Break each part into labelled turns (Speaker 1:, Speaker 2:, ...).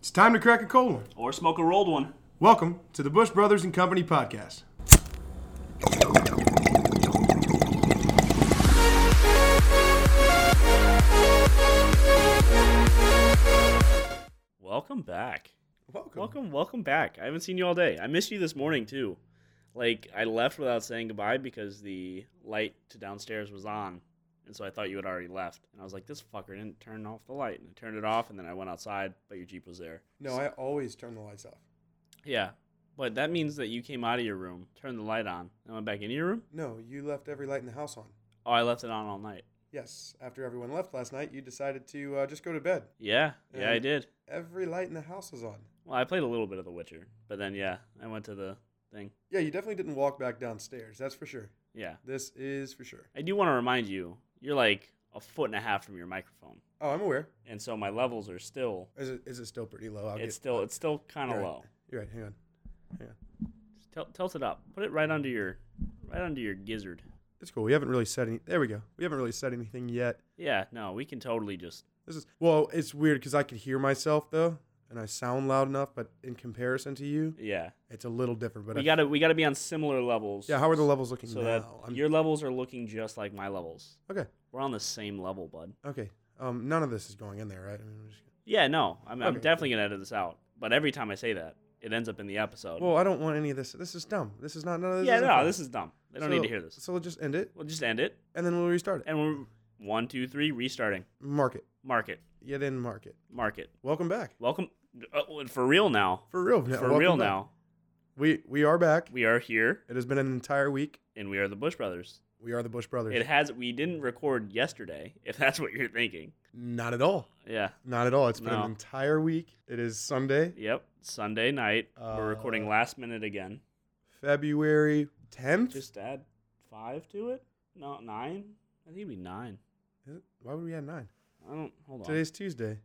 Speaker 1: It's time to crack a cold one.
Speaker 2: Or smoke a rolled one.
Speaker 1: Welcome to the Bush Brothers and Company podcast.
Speaker 2: Welcome back.
Speaker 1: Welcome.
Speaker 2: Welcome, welcome back. I haven't seen you all day. I missed you this morning too. Like I left without saying goodbye because the light to downstairs was on, and so I thought you had already left. And I was like, "This fucker didn't turn off the light." And I turned it off, and then I went outside, but your jeep was there.
Speaker 1: No, I always turn the lights off.
Speaker 2: Yeah, but that means that you came out of your room, turned the light on, and went back into your room.
Speaker 1: No, you left every light in the house on.
Speaker 2: Oh, I left it on all night.
Speaker 1: Yes, after everyone left last night, you decided to uh, just go to bed.
Speaker 2: Yeah, yeah, I
Speaker 1: And-
Speaker 2: did.
Speaker 1: Every light in the house is on.
Speaker 2: Well, I played a little bit of The Witcher, but then yeah, I went to the thing.
Speaker 1: Yeah, you definitely didn't walk back downstairs. That's for sure.
Speaker 2: Yeah,
Speaker 1: This is for sure.
Speaker 2: I do want to remind you, you're like a foot and a half from your microphone.
Speaker 1: Oh, I'm aware.
Speaker 2: and so my levels are still
Speaker 1: Is it is it still pretty low? I'll
Speaker 2: it's still it's still kind of
Speaker 1: You're right.
Speaker 2: low.
Speaker 1: You're right. Hang on. Hang on.
Speaker 2: Just tel- tilt it up. Put it right under your right under your gizzard.
Speaker 1: It's cool. We haven't really said any. There we go. We haven't really said anything yet.
Speaker 2: Yeah, no, we can totally just
Speaker 1: This is well. It's weird because I could hear myself though, and I sound loud enough, but in comparison to you,
Speaker 2: yeah.
Speaker 1: it's a little different. But
Speaker 2: we
Speaker 1: I-
Speaker 2: got to we got to be on similar levels.
Speaker 1: yeah, how are the levels looking
Speaker 2: so
Speaker 1: now?
Speaker 2: that
Speaker 1: I'm-
Speaker 2: your levels are looking just like my levels.
Speaker 1: okay.
Speaker 2: We're on the same level, bud. Okay.
Speaker 1: Okay. Um, none of this is going in there, right? I mean, we're just,
Speaker 2: Yeah, no. I'm I'm
Speaker 1: Okay.
Speaker 2: definitely going to edit this out. But every time I say that, it ends up in the episode.
Speaker 1: well, I don't want any of this. This is dumb. This is not none of this.
Speaker 2: Um, yeah,
Speaker 1: is
Speaker 2: no,
Speaker 1: important.
Speaker 2: this is dumb. They don't
Speaker 1: So-
Speaker 2: need to hear this.
Speaker 1: So we'll just end it,
Speaker 2: We'll just end it
Speaker 1: and then we'll restart it.
Speaker 2: and we're one, two, three, restarting.
Speaker 1: Mark it.
Speaker 2: Mark it.
Speaker 1: Yeah, then mark it.
Speaker 2: Mark it.
Speaker 1: Welcome back.
Speaker 2: Welcome uh, for real now.
Speaker 1: For real. now-
Speaker 2: for
Speaker 1: welcome
Speaker 2: real
Speaker 1: back.
Speaker 2: now.
Speaker 1: We we are back.
Speaker 2: We are here,
Speaker 1: It has been an entire week.
Speaker 2: and we are the Bush Brothers.
Speaker 1: We are the Bush Brothers.
Speaker 2: It has. We didn't record yesterday, if that's what you're thinking.
Speaker 1: not at all.
Speaker 2: Yeah.
Speaker 1: Not at all. It's been
Speaker 2: No.
Speaker 1: an entire week. It is Sunday,
Speaker 2: Yep. Sunday night. We're recording
Speaker 1: Uh,
Speaker 2: last minute again.
Speaker 1: February tenth.
Speaker 2: Just add five to it. No, nine. I think it'd be nine.
Speaker 1: Is it- Why would we add nine?
Speaker 2: I don't. Hold on.
Speaker 1: Today's Tuesday,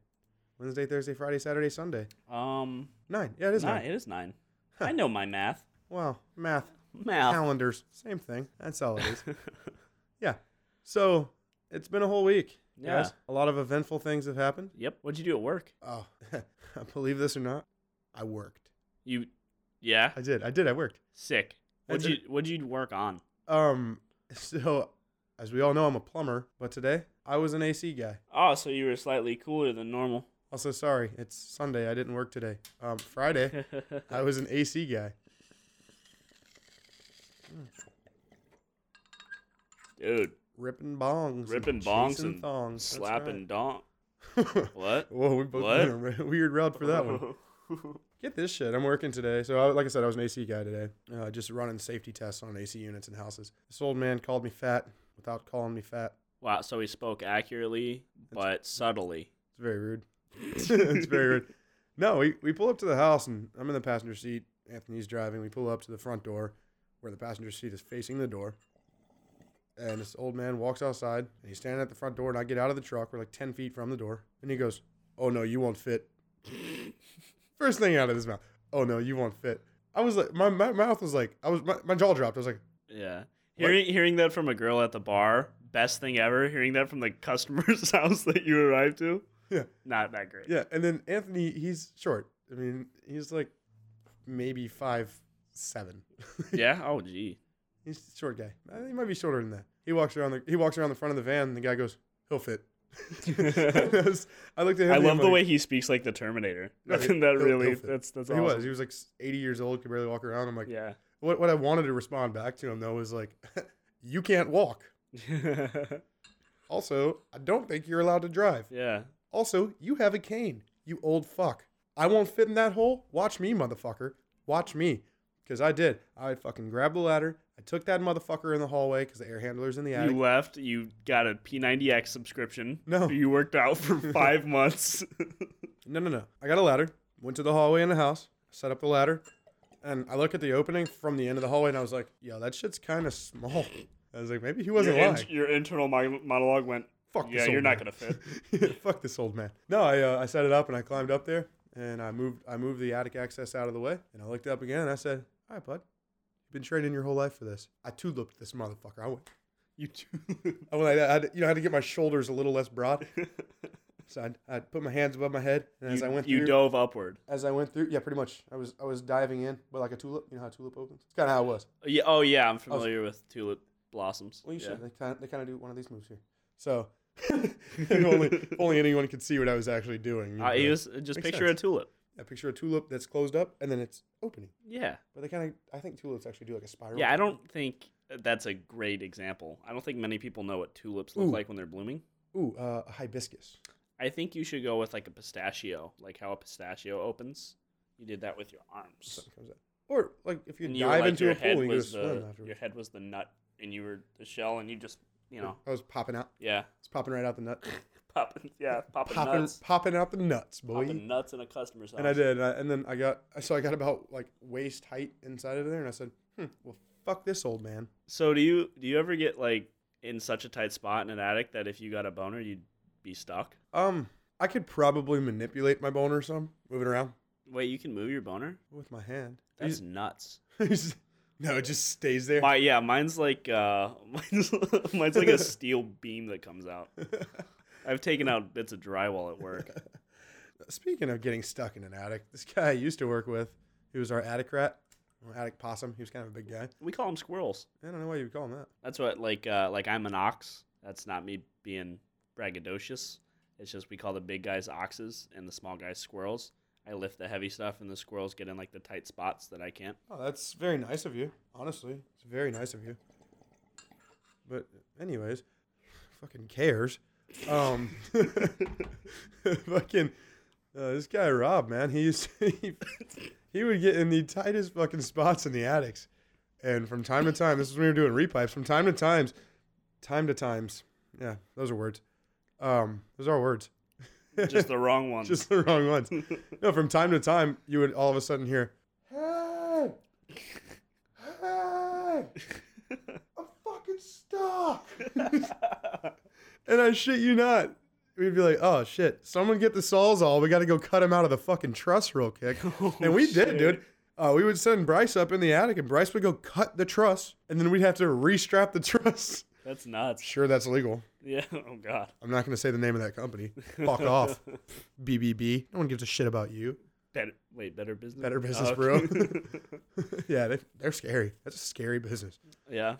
Speaker 1: Wednesday, Thursday, Friday, Saturday, Sunday.
Speaker 2: um.
Speaker 1: Nine. Yeah, it is nine.
Speaker 2: It is nine. I know my math.
Speaker 1: Wow, math,
Speaker 2: Math.
Speaker 1: calendars, same thing. That's all it is. yeah. So it's been a whole week.
Speaker 2: Yeah.
Speaker 1: guys. A lot of eventful things have happened.
Speaker 2: yep. What'd you do at work?
Speaker 1: Oh, believe this or not, I worked.
Speaker 2: You. Yeah.
Speaker 1: I did. I did. I worked.
Speaker 2: Sick. What'd
Speaker 1: I
Speaker 2: you
Speaker 1: did-
Speaker 2: What'd you work on?
Speaker 1: Um. So, as we all know, I'm a plumber, but today I was an AC guy.
Speaker 2: Oh, so you were slightly cooler than normal.
Speaker 1: Also, sorry, it's Sunday. I didn't work today. Um, Friday. I was an AC guy.
Speaker 2: Dude,
Speaker 1: Ripping bongs.
Speaker 2: Ripping bongs
Speaker 1: chasing
Speaker 2: and
Speaker 1: thongs. That's
Speaker 2: slapping donk.
Speaker 1: right.
Speaker 2: What?
Speaker 1: Whoa, we both
Speaker 2: What?
Speaker 1: went a re- weird route for that one. Get this shit. I'm working today. So, I, like I said, I was an AC guy today, uh, just running safety tests on AC units and houses. This old man called me fat without calling me fat.
Speaker 2: wow, so he spoke accurately but subtly.
Speaker 1: It's very rude. it's very rude. No, we, we pull up to the house and I'm in the passenger seat. Anthony's driving. We pull up to the front door where the passenger seat is facing the door. And this old man walks outside and he's standing at the front door. And I get out of the truck. We're like 10 feet from the door. And he goes, Oh, no, you won't fit. First thing out of his mouth, Oh, no, you won't fit. I was like, my, my mouth was like, I was, my, my jaw dropped. I was like,
Speaker 2: Yeah. Hearing hearing that from a girl at the bar, best thing ever. Hearing that from the customer's house that you arrived to.
Speaker 1: Yeah.
Speaker 2: Not that great.
Speaker 1: Yeah, and then Anthony, he's short. I mean, he's like maybe five seven.
Speaker 2: Yeah? Oh gee.
Speaker 1: he's a short guy. I think he might be shorter than that. He walks around the he walks around the front of the van, and the guy goes, "He'll fit." I was- I looked at him.
Speaker 2: I
Speaker 1: and
Speaker 2: love
Speaker 1: I'm
Speaker 2: the
Speaker 1: like-
Speaker 2: way he speaks like the Terminator.
Speaker 1: No,
Speaker 2: That-
Speaker 1: he-
Speaker 2: that
Speaker 1: he'll-
Speaker 2: really
Speaker 1: he'll fit.
Speaker 2: that's that's
Speaker 1: he
Speaker 2: awesome.
Speaker 1: was. He was like s- eighty years old, could barely walk around. I'm like,
Speaker 2: Yeah.
Speaker 1: what? What I wanted to respond back to him though was like, "You can't walk." Also, I don't think you're allowed to drive.
Speaker 2: yeah.
Speaker 1: Also, you have a cane, you old fuck. I won't fit in that hole. Watch me, motherfucker. Watch me. Because I did. I fucking grabbed the ladder. I took that motherfucker in the hallway because the air handler's in the attic.
Speaker 2: You left, you got a P90X subscription.
Speaker 1: No.
Speaker 2: You worked out for five months.
Speaker 1: No, no, no. I got a ladder. Went to the hallway in the house. Set up the ladder. And I look at the opening from the end of the hallway and I was like, yo, that shit's kind of small. I was like, maybe he
Speaker 2: your,
Speaker 1: wasn't lying.
Speaker 2: in- your internal mi- monologue went,
Speaker 1: Fuck
Speaker 2: Yeah,
Speaker 1: this old
Speaker 2: you're not
Speaker 1: man.
Speaker 2: gonna fit.
Speaker 1: Yeah, Fuck this old man. No, I, uh, I set it up and I climbed up there and I moved I moved the attic access out of the way and I looked up again and I said, "All right, bud, you've been training your whole life for this." I tuliped this motherfucker. I went,
Speaker 2: You too.
Speaker 1: I went like that. I had, to- you know, I had to get my shoulders a little less broad. So I, I put my hands above my head, and as
Speaker 2: you,
Speaker 1: I went
Speaker 2: you
Speaker 1: through,
Speaker 2: dove upward.
Speaker 1: as I went through, yeah, pretty much. I was I was diving in, but like a tulip. You know how a tulip opens? It's kind of how it was.
Speaker 2: Yeah. Oh yeah, I'm familiar with tulip blossoms.
Speaker 1: Well, you
Speaker 2: yeah.
Speaker 1: should. They kind of they kind of do one of these moves here. So if only if only anyone could see what I was actually doing.
Speaker 2: I
Speaker 1: you'd be like,
Speaker 2: use just
Speaker 1: Makes
Speaker 2: picture
Speaker 1: sense.
Speaker 2: a tulip.
Speaker 1: I picture a tulip that's closed up and then it's opening.
Speaker 2: Yeah.
Speaker 1: But they kind of I think tulips actually do like a spiral.
Speaker 2: Yeah. I don't think that's a great example. I don't think many people know what tulips look
Speaker 1: Ooh.
Speaker 2: like when they're blooming.
Speaker 1: Ooh, uh, a hibiscus.
Speaker 2: I think you should go with like a pistachio, like how a pistachio opens. You did that with your arms.
Speaker 1: Something comes out. Or like if you
Speaker 2: and you were,
Speaker 1: dive
Speaker 2: like,
Speaker 1: into
Speaker 2: your
Speaker 1: a
Speaker 2: head
Speaker 1: pool, you go
Speaker 2: was
Speaker 1: swim
Speaker 2: the,
Speaker 1: afterwards.
Speaker 2: your head was the nut, and you were the shell, and you just you know
Speaker 1: I was popping out.
Speaker 2: yeah
Speaker 1: It's popping right out the nut.
Speaker 2: popping yeah popping,
Speaker 1: Popping,
Speaker 2: nuts,
Speaker 1: popping out the nuts, boy.
Speaker 2: popping nuts in a customer's house.
Speaker 1: And I did, and, I, and then I got so I got about like waist height inside of there, and I said, "Hmm, well, fuck this old man."
Speaker 2: So do you do you ever get like in such a tight spot in an attic that if you got a boner you'd be stuck?
Speaker 1: Um, I could probably manipulate my boner some, move it around
Speaker 2: Wait, you can move your boner?
Speaker 1: with my hand.
Speaker 2: That's nuts.
Speaker 1: no, it just stays there.
Speaker 2: My yeah, mine's like uh mine's, mine's like a steel beam that comes out. I've taken out bits of drywall at work.
Speaker 1: Speaking of getting stuck in an attic, this guy I used to work with, he was our attic rat, or attic possum. He was kind of a big guy.
Speaker 2: We call them squirrels.
Speaker 1: I don't know why you would call him that.
Speaker 2: That's what like uh like I'm an ox. That's not me being braggadocious. It's just we call the big guys oxes and the small guys squirrels. I lift the heavy stuff and the squirrels get in like the tight spots that I can't.
Speaker 1: Oh, that's very nice of you. Honestly, it's very nice of you. But anyways, fucking cares. Um, fucking uh, this guy Rob, man, he used he, he would get in the tightest fucking spots in the attics, and from time to time, this is when we were doing repipes. From time to times, time to times, yeah, those are words. Um, those are words.
Speaker 2: Just the wrong ones.
Speaker 1: Just the wrong ones. No, from time to time, you would all of a sudden hear, "Hey, hey, I'm fucking stuck," and I shit you not, we'd be like, "Oh shit, someone get the sawzall. We got to go cut him out of the fucking truss real quick." and we did,
Speaker 2: Oh, shit.
Speaker 1: dude. Uh, we would send Bryce up in the attic, and Bryce would go cut the truss, and then we'd have to restrap the truss.
Speaker 2: That's nuts.
Speaker 1: Sure, that's illegal.
Speaker 2: Yeah. Oh God.
Speaker 1: I'm not going to say the name of that company. Fuck off, BBB. No one gives a shit about you.
Speaker 2: Better. Wait. Better business. Oh,
Speaker 1: Better Business yeah, they, they're scary. That's a scary business.
Speaker 2: yeah.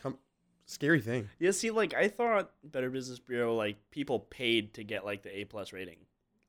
Speaker 1: Scary thing.
Speaker 2: Yeah. See, like I thought, Better Business Bureau, like people paid to get like the A plus rating.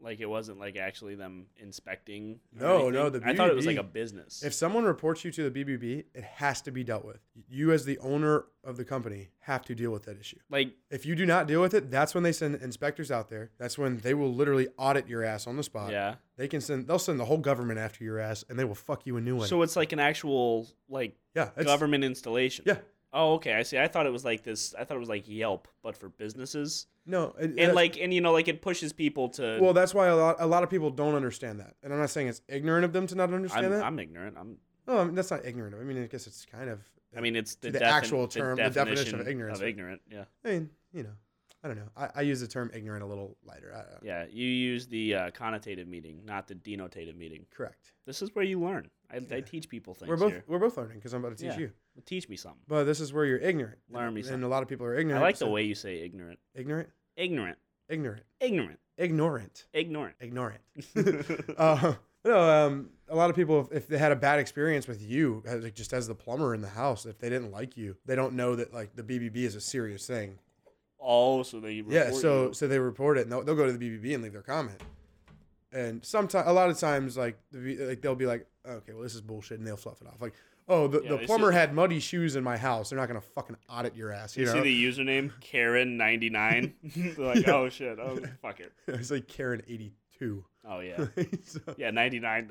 Speaker 2: Like it wasn't like actually them inspecting. or
Speaker 1: No, no,
Speaker 2: anything.
Speaker 1: the
Speaker 2: I thought it was like
Speaker 1: BBB
Speaker 2: a business.
Speaker 1: If someone reports you to the BBB, it has to be dealt with. You, as the owner of the company, have to deal with that issue.
Speaker 2: like
Speaker 1: If you do not deal with it, that's when they send inspectors out there. That's when they will literally audit your ass on the spot.
Speaker 2: yeah.
Speaker 1: They can send. They'll send the whole government after your ass, and they will fuck you a new one.
Speaker 2: So it's like an actual like
Speaker 1: yeah, it's,
Speaker 2: government installation.
Speaker 1: Yeah.
Speaker 2: Oh, okay. I see. I thought it was like this. I thought it was like Yelp, but for businesses.
Speaker 1: no, it-
Speaker 2: And
Speaker 1: that's-
Speaker 2: like, and you know, like it pushes people to.
Speaker 1: well, that's why a lot, a lot of people don't understand that. And I'm not saying it's ignorant of them to not understand
Speaker 2: I'm,
Speaker 1: that.
Speaker 2: I'm ignorant. I'm
Speaker 1: no, I mean, that's not ignorant. of- I mean, I guess it's kind of.
Speaker 2: I mean, it's the,
Speaker 1: the
Speaker 2: defin-
Speaker 1: actual term, the definition of ignorance,
Speaker 2: Of
Speaker 1: right?
Speaker 2: ignorant, yeah,
Speaker 1: I mean, you know, I don't know. I, I use the term ignorant a little lighter. I, I-
Speaker 2: yeah. You use the uh, connotative meaning, not the denotative meaning.
Speaker 1: Correct.
Speaker 2: This is where you learn. I, I teach people things.
Speaker 1: we're both
Speaker 2: here.
Speaker 1: we're both learning because I'm about to teach
Speaker 2: Yeah.
Speaker 1: you.
Speaker 2: teach me something.
Speaker 1: But this is where you're ignorant.
Speaker 2: Learn me
Speaker 1: and,
Speaker 2: something.
Speaker 1: a lot of people are ignorant.
Speaker 2: I like the
Speaker 1: so-
Speaker 2: way you say ignorant,
Speaker 1: ignorant,
Speaker 2: ignorant,
Speaker 1: ignorant,
Speaker 2: ignorant,
Speaker 1: ignorant,
Speaker 2: ignorant.
Speaker 1: ignorant. uh, no, um, a lot of people if, if they had a bad experience with you, as, like just as the plumber in the house, if they didn't like you, they don't know that like the BBB is a serious thing.
Speaker 2: oh, so they report
Speaker 1: Yeah, so
Speaker 2: you.
Speaker 1: so they report it, and they'll, they'll go to the BBB and leave their comment. And sometimes, a lot of times, like the, B- like they'll be like, okay, well this is bullshit, and they'll fluff it off. Like, oh, the,
Speaker 2: Yeah,
Speaker 1: the
Speaker 2: they
Speaker 1: plumber
Speaker 2: see-
Speaker 1: had muddy shoes in my house. They're not gonna fucking audit your ass. You,
Speaker 2: you
Speaker 1: know,
Speaker 2: see the username Karen ninety nine. They're like,
Speaker 1: Yeah.
Speaker 2: oh shit, oh fuck it.
Speaker 1: it's like Karen eighty two.
Speaker 2: Oh yeah,
Speaker 1: so,
Speaker 2: yeah ninety nine.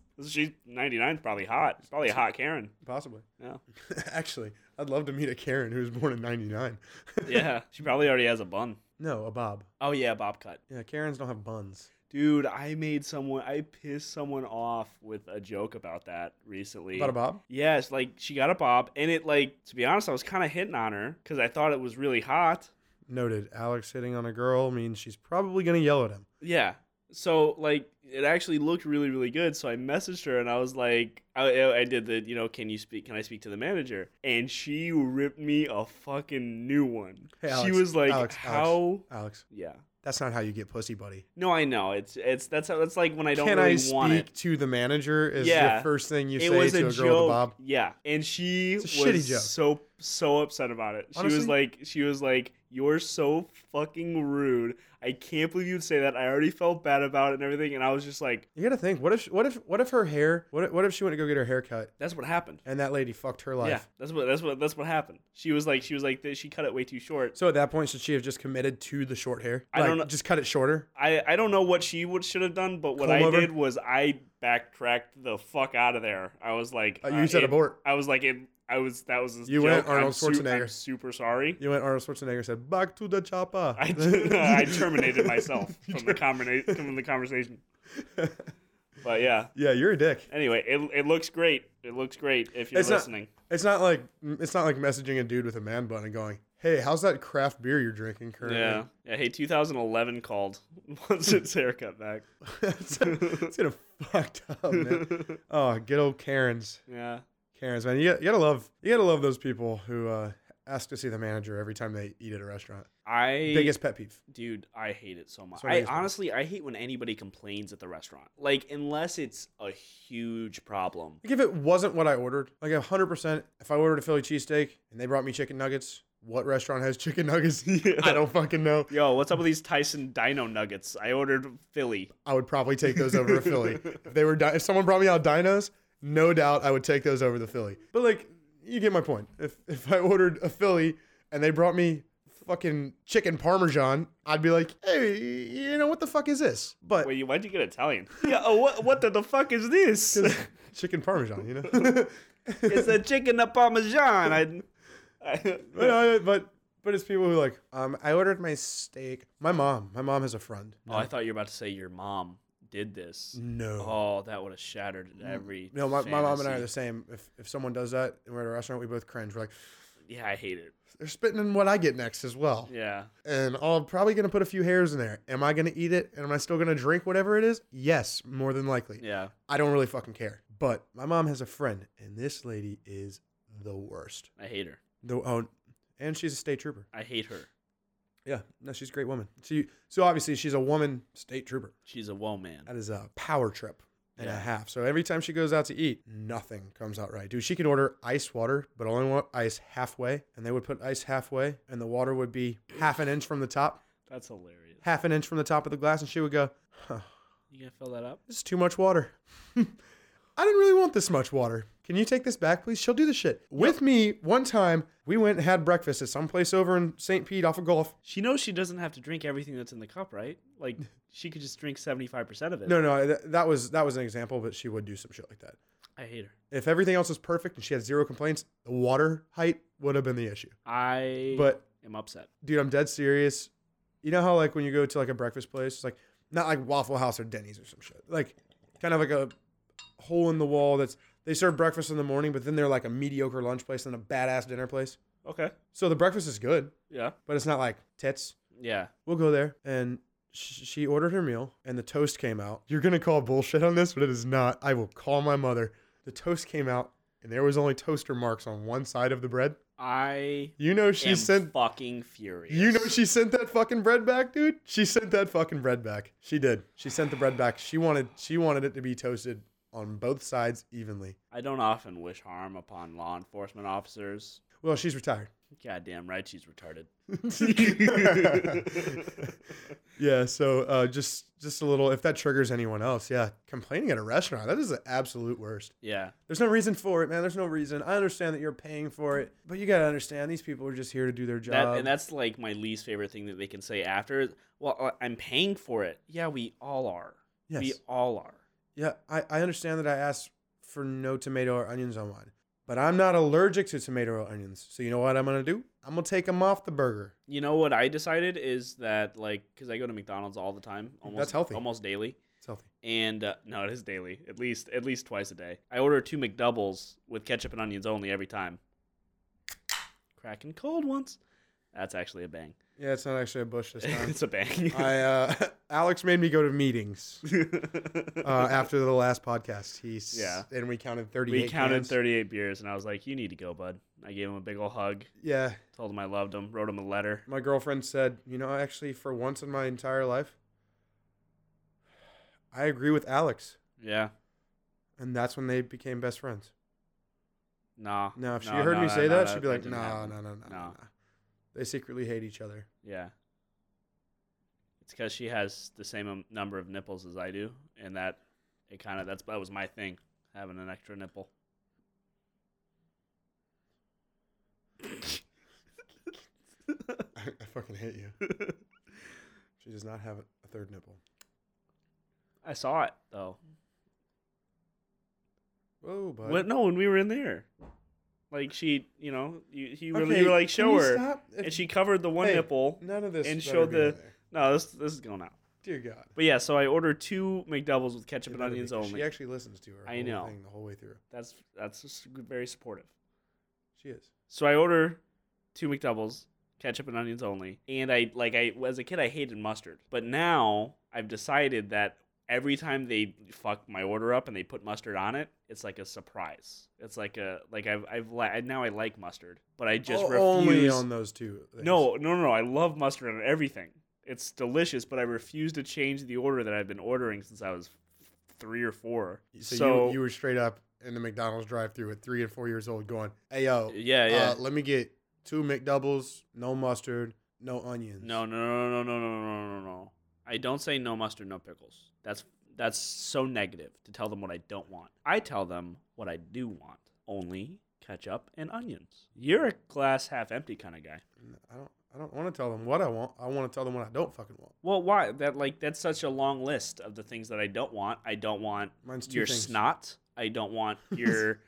Speaker 2: She's ninety nine's probably hot. It's probably a hot Karen.
Speaker 1: Possibly.
Speaker 2: Yeah,
Speaker 1: Actually, I'd love to meet a Karen who was born in ninety nine.
Speaker 2: yeah. She probably already has a bun.
Speaker 1: no, a Bob.
Speaker 2: Oh yeah, bob cut.
Speaker 1: Yeah, Karens don't have buns.
Speaker 2: Dude, I made someone, I pissed someone off with a joke about that recently.
Speaker 1: About a Bob?
Speaker 2: Yes, like she got a bob, and it like to be honest, I was kind of hitting on her because I thought it was really hot.
Speaker 1: Noted. Alex hitting on a girl means she's probably gonna yell at him.
Speaker 2: Yeah, so like it actually looked really, really good. So I messaged her, and I was like, I, I- I did the, you know, can you speak? Can I speak to the manager? And she ripped me a fucking new one.
Speaker 1: Hey,
Speaker 2: she
Speaker 1: Alex,
Speaker 2: was like,
Speaker 1: Alex, Alex.
Speaker 2: how?
Speaker 1: Alex,
Speaker 2: Yeah,
Speaker 1: That's not how you get pussy, buddy.
Speaker 2: No, I know. It's it's that's how it's like when I don't
Speaker 1: Can
Speaker 2: really
Speaker 1: I speak
Speaker 2: want it.
Speaker 1: to the manager? Is
Speaker 2: Yeah.
Speaker 1: the first thing you say
Speaker 2: it was
Speaker 1: to
Speaker 2: a,
Speaker 1: a, girl
Speaker 2: joke.
Speaker 1: with a bob.
Speaker 2: Yeah, and she
Speaker 1: It's a shitty
Speaker 2: was
Speaker 1: joke.
Speaker 2: so so upset about it. She was
Speaker 1: Honestly-
Speaker 2: like, she was like, "You're so fucking rude. I can't believe you'd say that. I already felt bad about it and everything." And I was just like,
Speaker 1: You gotta think. What if? What if? What if her hair? What? If, what if she went to go get her hair cut
Speaker 2: "That's what happened."
Speaker 1: and that lady fucked her life?
Speaker 2: Yeah, that's what that's what that's what happened. She was like, she was like, she cut it way too short.
Speaker 1: So at that point, should she have just committed to the short hair?
Speaker 2: I
Speaker 1: Like,
Speaker 2: don't know-
Speaker 1: Just cut it shorter.
Speaker 2: I, I don't know what she would should have done, but what
Speaker 1: Comb
Speaker 2: I
Speaker 1: over?
Speaker 2: did was I backtracked the fuck out of there. I was like,
Speaker 1: Uh,
Speaker 2: uh,
Speaker 1: you said
Speaker 2: it-
Speaker 1: abort.
Speaker 2: I was like, it, I was that was a
Speaker 1: You went
Speaker 2: joke. I'm
Speaker 1: Arnold
Speaker 2: su- I'm
Speaker 1: Schwarzenegger.
Speaker 2: super sorry.
Speaker 1: You went Arnold Schwarzenegger said, "Back to the chopper."
Speaker 2: I, I terminated myself from the combina- from the conversation. But yeah.
Speaker 1: yeah, you're a dick.
Speaker 2: Anyway, it, it looks great. It looks great if you're
Speaker 1: It's not-
Speaker 2: listening.
Speaker 1: It's not like it's not like messaging a dude with a man bun and going, "Hey, how's that craft beer you're drinking currently?"
Speaker 2: yeah. Yeah. Hey, 2011 called once its haircut back.
Speaker 1: it's, it's gonna fucked up, man. Oh, good old Karens,
Speaker 2: yeah.
Speaker 1: Karens, man. You, you gotta love, you gotta love those people who uh, ask to see the manager every time they eat at a restaurant.
Speaker 2: I
Speaker 1: Biggest pet peeve.
Speaker 2: dude, I hate it so much.
Speaker 1: Sorry,
Speaker 2: I
Speaker 1: it's-
Speaker 2: honestly, I hate when anybody complains at the restaurant. Like, unless it's a huge problem.
Speaker 1: Like if it wasn't what I ordered, like hundred percent, if I ordered a Philly cheesesteak and they brought me chicken nuggets, what restaurant has chicken nuggets? I don't fucking know.
Speaker 2: Yo, what's up with these Tyson Dino Nuggets? I ordered Philly.
Speaker 1: I would probably take those over a Philly. If they were di- if someone brought me out dinos, no doubt I would take those over the Philly. But like, you get my point. If if I ordered a Philly and they brought me fucking chicken parmesan, I'd be like, hey, you know what the fuck is this? But
Speaker 2: Wait, you- why'd you get Italian? Yeah, oh, what what the, the fuck is this?
Speaker 1: chicken parmesan, you know.
Speaker 2: it's a chicken a parmesan. I, I,
Speaker 1: but, I- but but it's people who like, um, I ordered my steak. My mom, my mom has a friend.
Speaker 2: oh, I thought you were about to say your mom did this.
Speaker 1: No. Mm.
Speaker 2: Oh, that would have shattered every.
Speaker 1: No, my, my mom and I are
Speaker 2: fantasy.
Speaker 1: the same. If, if someone does that and we're at a restaurant, we both cringe. We're like,
Speaker 2: Yeah, I hate it.
Speaker 1: they're spitting in what I get next as well.
Speaker 2: Yeah.
Speaker 1: And I'm probably going to put a few hairs in there. Am I going to eat it? And am I still going to drink whatever it is? Yes, more than likely.
Speaker 2: Yeah.
Speaker 1: I don't really fucking care. But my mom has a friend, and this lady is the worst.
Speaker 2: I hate her.
Speaker 1: The, oh, and she's a state trooper.
Speaker 2: I hate her.
Speaker 1: Yeah, no, she's a great woman. She, so obviously, she's a woman state trooper.
Speaker 2: She's a woman.
Speaker 1: That is a power trip and
Speaker 2: Yeah.
Speaker 1: a half. So every time she goes out to eat, nothing comes out right. Dude, she could order ice water, but only want ice halfway. And they would put ice halfway, and the water would be half an inch from the top,
Speaker 2: That's hilarious.
Speaker 1: half an inch from the top of the glass. And she would go, huh,
Speaker 2: You gonna fill that up?
Speaker 1: This is too much water. I didn't really want this much water. Can you take this back, please? She'll do the shit. With me, one time, we went and had breakfast at some place over in St. Pete off of golf.
Speaker 2: She knows she doesn't have to drink everything that's in the cup, right? Like she could just drink seventy five percent of it.
Speaker 1: No, no, th- that was that was an example, but she would do some shit like that.
Speaker 2: I hate her.
Speaker 1: if everything else was perfect and she had zero complaints, the water height would have been the issue.
Speaker 2: I
Speaker 1: But
Speaker 2: am upset.
Speaker 1: dude, I'm dead serious. You know how like when you go to like a breakfast place, it's like not like Waffle House or Denny's or some shit. Like kind of like a hole in the wall that's they serve breakfast in the morning, but then they're like a mediocre lunch place and a badass dinner place.
Speaker 2: Okay.
Speaker 1: So the breakfast is good,
Speaker 2: Yeah.
Speaker 1: but it's not like tits.
Speaker 2: Yeah.
Speaker 1: We'll go there and sh- she ordered her meal and the toast came out. You're going to call bullshit on this, but it is not. I will call my mother. The toast came out and there was only toaster marks on one side of the bread.
Speaker 2: I
Speaker 1: You know she
Speaker 2: am
Speaker 1: sent
Speaker 2: fucking furious.
Speaker 1: you know she sent that fucking bread back, dude. She sent that fucking bread back. She did. She sent the bread back. She wanted she wanted it to be toasted on both sides evenly.
Speaker 2: I don't often wish harm upon law enforcement officers.
Speaker 1: Well, she's retired.
Speaker 2: Goddamn right, she's retarded.
Speaker 1: yeah, so uh, just just a little if that triggers anyone else, yeah. Complaining at a restaurant, that is the absolute worst.
Speaker 2: yeah.
Speaker 1: There's no reason for it, man. There's no reason. I understand that you're paying for it, but you gotta understand these people are just here to do their job.
Speaker 2: That, and that's like my least favorite thing that they can say after. is, Well, uh, I'm paying for it. Yeah, we all are.
Speaker 1: yes.
Speaker 2: We all are.
Speaker 1: Yeah, I, I understand that I asked for no tomato or onions on mine, but I'm not allergic to tomato or onions. So you know what I'm gonna do? I'm gonna take them off the burger.
Speaker 2: You know what I decided is that like because I go to McDonald's all the time, almost
Speaker 1: healthy.
Speaker 2: almost daily.
Speaker 1: It's healthy.
Speaker 2: And uh, no, it is daily, at least at least twice a day. I order two McDoubles with ketchup and onions only every time. Cracking cold ones. That's actually a bang.
Speaker 1: Yeah, it's not actually a bush this time.
Speaker 2: it's a bang.
Speaker 1: I uh, Alex made me go to meetings uh, after the last podcast. He's
Speaker 2: Yeah.
Speaker 1: and we counted thirty.
Speaker 2: we counted 38 beers, and I was like, "You need to go, bud." I gave him a big ol' hug,
Speaker 1: Yeah,
Speaker 2: told him I loved him, wrote him a letter.
Speaker 1: my girlfriend said, you know, actually, for once in my entire life, I agree with Alex,
Speaker 2: Yeah,
Speaker 1: and that's when they became best friends.
Speaker 2: nah.
Speaker 1: Now, if she
Speaker 2: No,
Speaker 1: heard
Speaker 2: no,
Speaker 1: me
Speaker 2: no,
Speaker 1: say
Speaker 2: no,
Speaker 1: that, she'd be like,
Speaker 2: didn't
Speaker 1: no, no,
Speaker 2: happen.
Speaker 1: no, no, no,
Speaker 2: No.
Speaker 1: no. They secretly hate each other.
Speaker 2: Yeah. It's because she has the same um, number of nipples as I do, and that it kind of that's that was my thing, having an extra nipple.
Speaker 1: I, I fucking hate you. She does not have a third nipple.
Speaker 2: I saw it though.
Speaker 1: Whoa, bud.
Speaker 2: What? No, when we were in there, like she, you know, you, you really
Speaker 1: Okay,
Speaker 2: you were
Speaker 1: can
Speaker 2: like show
Speaker 1: you
Speaker 2: her,
Speaker 1: stop? If-
Speaker 2: and she covered the one
Speaker 1: Hey.
Speaker 2: nipple.
Speaker 1: none of this
Speaker 2: and
Speaker 1: better
Speaker 2: show
Speaker 1: be in
Speaker 2: the-
Speaker 1: there.
Speaker 2: No, this this is going out.
Speaker 1: dear God.
Speaker 2: But yeah, so I ordered two McDoubles with ketchup
Speaker 1: It
Speaker 2: and
Speaker 1: better be,
Speaker 2: onions
Speaker 1: 'cause
Speaker 2: only.
Speaker 1: She actually listens to her.
Speaker 2: I
Speaker 1: whole
Speaker 2: know.
Speaker 1: thing the whole way through.
Speaker 2: that's that's just very supportive.
Speaker 1: She is.
Speaker 2: So I order two McDoubles, ketchup and onions only. And I like I as a kid I hated mustard, but now I've decided that every time they fuck my order up and they put mustard on it, it's like a surprise. It's like a like I've I've li- now I like mustard, but I just
Speaker 1: O-
Speaker 2: refuse.
Speaker 1: Oh, only on those two. things.
Speaker 2: no, no, no, no. I love mustard on everything. It's delicious, but I refuse to change the order that I've been ordering since I was three or four.
Speaker 1: So, you, you were straight up in the McDonald's drive-through at three and four years old, going, "Hey yo,
Speaker 2: yeah, yeah.
Speaker 1: uh, let me get two McDoubles, no mustard, no onions."
Speaker 2: No, no, no, no, no, no, no, no, no. I don't say no mustard, no pickles. That's that's so negative to tell them what I don't want. I tell them what I do want. Only ketchup and onions. You're a glass half empty kind of guy.
Speaker 1: I don't. I don't want to tell them what I want. I want to tell them what I don't fucking want.
Speaker 2: Well, why? That like that's such a long list of the things that I don't want. I don't want
Speaker 1: Mine's two
Speaker 2: your
Speaker 1: things.
Speaker 2: snot. I don't want your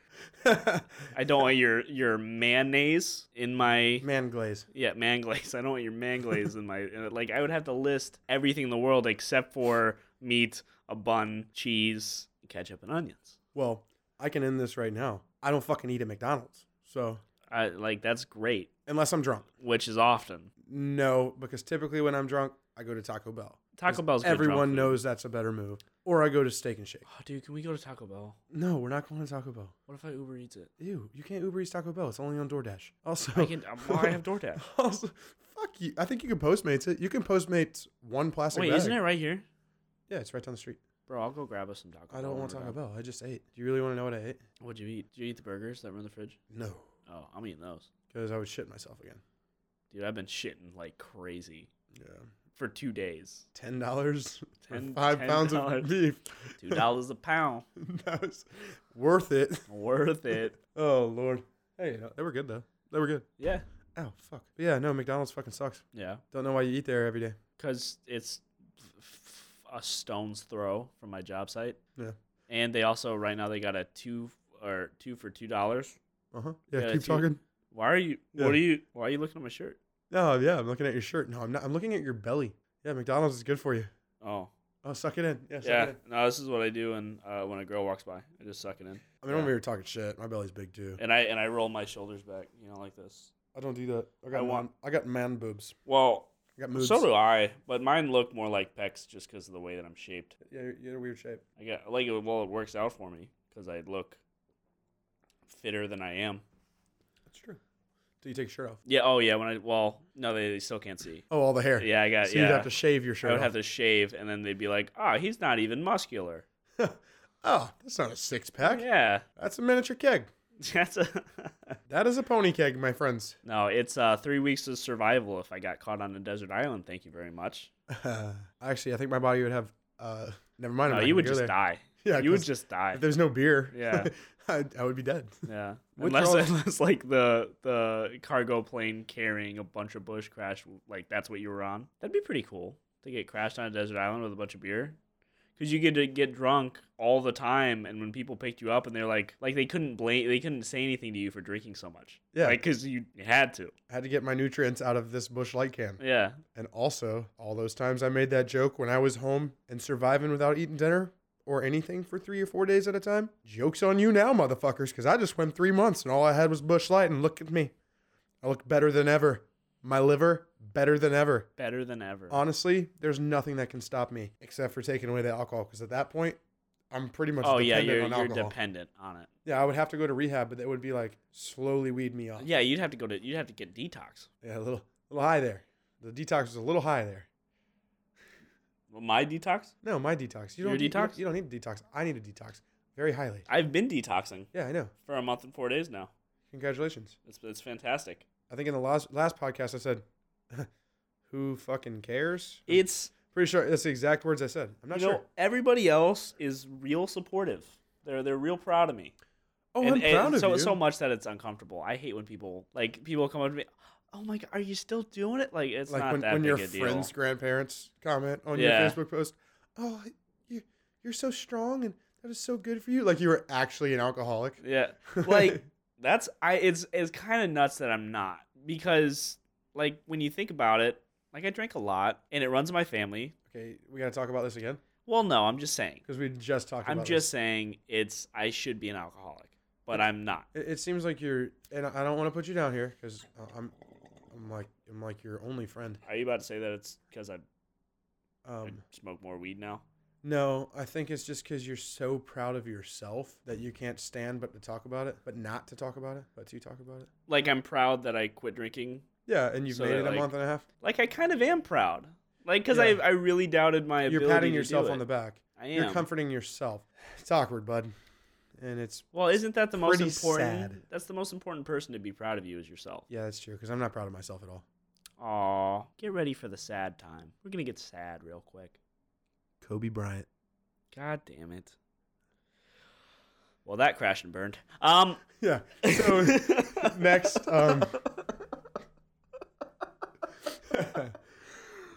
Speaker 2: I don't want your your mayonnaise in my
Speaker 1: Man glaze.
Speaker 2: Yeah, man glaze. I don't want your man glaze in my in it. like. I would have to list everything in the world except for meat, a bun, cheese, ketchup, and onions.
Speaker 1: Well, I can end this right now. I don't fucking eat at McDonald's. So
Speaker 2: I, like that's great,
Speaker 1: unless I'm drunk,
Speaker 2: which is often
Speaker 1: no, because typically when I'm drunk, I go to Taco Bell.
Speaker 2: Taco
Speaker 1: 'Cause
Speaker 2: Bell's. good drunk
Speaker 1: Everyone
Speaker 2: food.
Speaker 1: knows that's a better move. Or I go to Steak and Shake.
Speaker 2: Oh, dude, can we go to Taco Bell?
Speaker 1: No, we're not going to Taco Bell.
Speaker 2: What if I Uber Eats it?
Speaker 1: Ew, you can't Uber Eats Taco Bell. It's only on DoorDash. Also,
Speaker 2: I can. um, well, I have DoorDash.
Speaker 1: also, fuck you. I think you can Postmates it. You can Postmates one plastic
Speaker 2: Wait,
Speaker 1: bag.
Speaker 2: isn't it right here,
Speaker 1: Yeah, it's right down the street.
Speaker 2: bro? I'll go grab us some Taco.
Speaker 1: I don't want Taco
Speaker 2: Taco
Speaker 1: Bell. I just ate. Do you really want to know what I ate?
Speaker 2: What'd you eat? Did you eat the burgers that were in the fridge?
Speaker 1: No,
Speaker 2: Oh, I'm eating those,
Speaker 1: because I would shit myself again.
Speaker 2: dude. I've been shitting like crazy
Speaker 1: Yeah,
Speaker 2: for two days.
Speaker 1: ten dollars for
Speaker 2: Ten-
Speaker 1: five pounds
Speaker 2: $10.
Speaker 1: of beef.
Speaker 2: Two dollars a pound,
Speaker 1: that was worth it.
Speaker 2: worth it.
Speaker 1: Oh lord. Hey, you know, they were good though. They were good.
Speaker 2: Yeah,
Speaker 1: Oh fuck. But yeah, no, McDonald's fucking sucks.
Speaker 2: yeah.
Speaker 1: Don't know why you eat there every day.
Speaker 2: because it's f- f- a stone's throw from my job site.
Speaker 1: Yeah.
Speaker 2: And they also right now they got a two or two for two dollars.
Speaker 1: Uh huh. Yeah,
Speaker 2: Yeah,
Speaker 1: keep
Speaker 2: it's you-
Speaker 1: talking.
Speaker 2: Why are you?
Speaker 1: Yeah.
Speaker 2: What are you? Why are you looking at my shirt?
Speaker 1: No, yeah, I'm looking at your shirt. No, I'm not. I'm looking at your belly. Yeah, McDonald's is good for you.
Speaker 2: Oh,
Speaker 1: Oh, suck it in. Yeah, suck
Speaker 2: yeah.
Speaker 1: it in.
Speaker 2: No, this is what I do, and uh, when a girl walks by, I just suck it in,
Speaker 1: I mean, I'm
Speaker 2: Yeah.
Speaker 1: over here talking shit. My belly's big too.
Speaker 2: and I and I roll my shoulders back, you know, like this.
Speaker 1: I don't do that. I got
Speaker 2: I
Speaker 1: man,
Speaker 2: want-
Speaker 1: I got man boobs.
Speaker 2: Well,
Speaker 1: I got moobs.
Speaker 2: so do I, but mine look more like pecs just because of the way that I'm shaped.
Speaker 1: Yeah, you're, you're in a weird shape.
Speaker 2: I got like it- well, it works out for me because I look fitter than I am.
Speaker 1: That's true. Do you take your shirt off?
Speaker 2: Yeah. Oh, yeah. When I well, no, they, they still can't see.
Speaker 1: Oh, all the hair.
Speaker 2: Yeah, I got.
Speaker 1: So
Speaker 2: yeah,
Speaker 1: you'd have to shave your shirt.
Speaker 2: I would
Speaker 1: off.
Speaker 2: have to shave, and then they'd be like, "Ah, he's not even muscular."
Speaker 1: Oh, that's not a six pack.
Speaker 2: Yeah,
Speaker 1: That's a miniature keg.
Speaker 2: that's a
Speaker 1: That is a pony keg, my friends.
Speaker 2: no. It's uh, three weeks of survival. If I got caught on a desert island, thank you very much.
Speaker 1: actually, I think my body would have. Uh, never mind. I'm
Speaker 2: No,
Speaker 1: not
Speaker 2: Oh, you
Speaker 1: gonna
Speaker 2: would
Speaker 1: go
Speaker 2: just
Speaker 1: there.
Speaker 2: die.
Speaker 1: Yeah,
Speaker 2: you would
Speaker 1: 'cause
Speaker 2: just die.
Speaker 1: If there's no beer,
Speaker 2: Yeah.
Speaker 1: I, I would be dead.
Speaker 2: Yeah,
Speaker 1: Which
Speaker 2: unless
Speaker 1: all-
Speaker 2: unless like the the cargo plane carrying a bunch of bush crashed, like that's what you were on. That'd be pretty cool to get crashed on a desert island with a bunch of beer. Cause you get to get drunk all the time, and when people picked you up, and they're like, like they couldn't blame, they couldn't say anything to you for drinking so much.
Speaker 1: Yeah.
Speaker 2: like because you had to.
Speaker 1: I had to get my nutrients out of this bush light can.
Speaker 2: Yeah,
Speaker 1: And also, all those times I made that joke when I was home and surviving without eating dinner or anything for three or four days at a time. Joke's on you now, motherfuckers, because I just went three months and all I had was bush light and look at me. I look better than ever. My liver better than ever.
Speaker 2: Better than ever.
Speaker 1: Honestly, there's nothing that can stop me except for taking away the alcohol because at that point, I'm pretty much
Speaker 2: oh yeah,
Speaker 1: dependent
Speaker 2: you're
Speaker 1: on
Speaker 2: you're
Speaker 1: alcohol.
Speaker 2: dependent on it.
Speaker 1: yeah, I would have to go to rehab, but that would be like slowly weed me off.
Speaker 2: Yeah, you'd have to go to you'd have to get detox.
Speaker 1: Yeah, a little little high there. The detox is a little high there.
Speaker 2: Well, my detox.
Speaker 1: No, my detox. You
Speaker 2: Your
Speaker 1: don't need- you don't-
Speaker 2: detox?
Speaker 1: You don't need a detox. I need a detox very highly.
Speaker 2: I've been detoxing
Speaker 1: Yeah, I know.
Speaker 2: for a month and four days now.
Speaker 1: Congratulations.
Speaker 2: It's it's fantastic.
Speaker 1: I think in the last last podcast I said, "Who fucking cares?"
Speaker 2: It's
Speaker 1: Pretty sure that's the exact words I said. I'm not
Speaker 2: you know
Speaker 1: sure.
Speaker 2: everybody else is real supportive. They're they're real proud of me.
Speaker 1: Oh,
Speaker 2: and,
Speaker 1: I'm
Speaker 2: and
Speaker 1: proud of
Speaker 2: so
Speaker 1: you.
Speaker 2: so much that it's uncomfortable. I hate when people like people come up to me. Oh my god, are you still doing it? Like it's
Speaker 1: like
Speaker 2: not
Speaker 1: when,
Speaker 2: that
Speaker 1: when
Speaker 2: big
Speaker 1: your
Speaker 2: a
Speaker 1: friends'
Speaker 2: deal.
Speaker 1: grandparents comment on
Speaker 2: Yeah.
Speaker 1: your Facebook post, "Oh, you you're so strong and that is so good for you." Like you were actually an alcoholic.
Speaker 2: Yeah, like that's I. It's it's kind of nuts that I'm not because like when you think about it, like I drink a lot and it runs in my family.
Speaker 1: okay, we got to talk about this again
Speaker 2: Well, no, I'm just saying.
Speaker 1: because we just talked.
Speaker 2: I'm
Speaker 1: about
Speaker 2: just saying it's I should be an alcoholic, but I'm not.
Speaker 1: This. It, it seems like you're, and I I don't want to put you down here because I'm, I'm like I'm like your only friend.
Speaker 2: Are you about to say that it's because I, I
Speaker 1: Um,
Speaker 2: smoke more weed now?
Speaker 1: No, I think it's just because you're so proud of yourself that you can't stand but to talk about it, but not to talk about it, but to talk about it.
Speaker 2: Like I'm proud that I quit drinking.
Speaker 1: Yeah, and you've
Speaker 2: So
Speaker 1: made
Speaker 2: that,
Speaker 1: it a
Speaker 2: like,
Speaker 1: month and a half.
Speaker 2: Like I kind of am proud. Like because
Speaker 1: Yeah.
Speaker 2: I I really doubted my
Speaker 1: You're
Speaker 2: ability
Speaker 1: patting
Speaker 2: to
Speaker 1: yourself
Speaker 2: do
Speaker 1: on the
Speaker 2: it.
Speaker 1: back.
Speaker 2: I
Speaker 1: You're
Speaker 2: am.
Speaker 1: comforting yourself. It's awkward, bud. And it's
Speaker 2: well, isn't that the most
Speaker 1: pretty
Speaker 2: important?
Speaker 1: sad.
Speaker 2: That's the most important person to be proud of you is yourself.
Speaker 1: yeah, that's true because I'm not proud of myself at all.
Speaker 2: Aw, get ready for the sad time. We're gonna get sad real quick.
Speaker 1: Kobe Bryant.
Speaker 2: God damn it. Well, that crashed and burned. Um.
Speaker 1: Yeah. So next, um,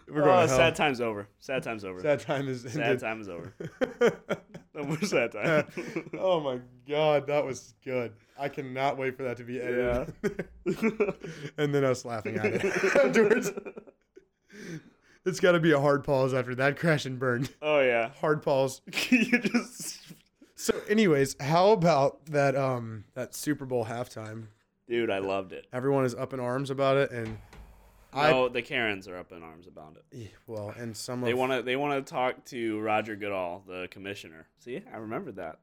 Speaker 1: we're going
Speaker 2: oh,
Speaker 1: to hell.
Speaker 2: sad time's over. Sad time's over. Sad,
Speaker 1: Sad time is
Speaker 2: time is over.
Speaker 1: time.
Speaker 2: No more sad time.
Speaker 1: oh my god, that was good. I cannot wait for that to be edited. and then us laughing at it afterwards. It's got to be a hard pause after that crash and burn.
Speaker 2: oh yeah.
Speaker 1: Hard pause.
Speaker 2: you just,
Speaker 1: So, anyways, how about that um that Super Bowl halftime?
Speaker 2: dude, I loved it.
Speaker 1: Everyone is up in arms about it, and I
Speaker 2: No, the Karens are up in arms about it.
Speaker 1: Eh, well, and some
Speaker 2: They
Speaker 1: of
Speaker 2: want to. They want to talk to Roger Goodall, the commissioner. See, I remembered that.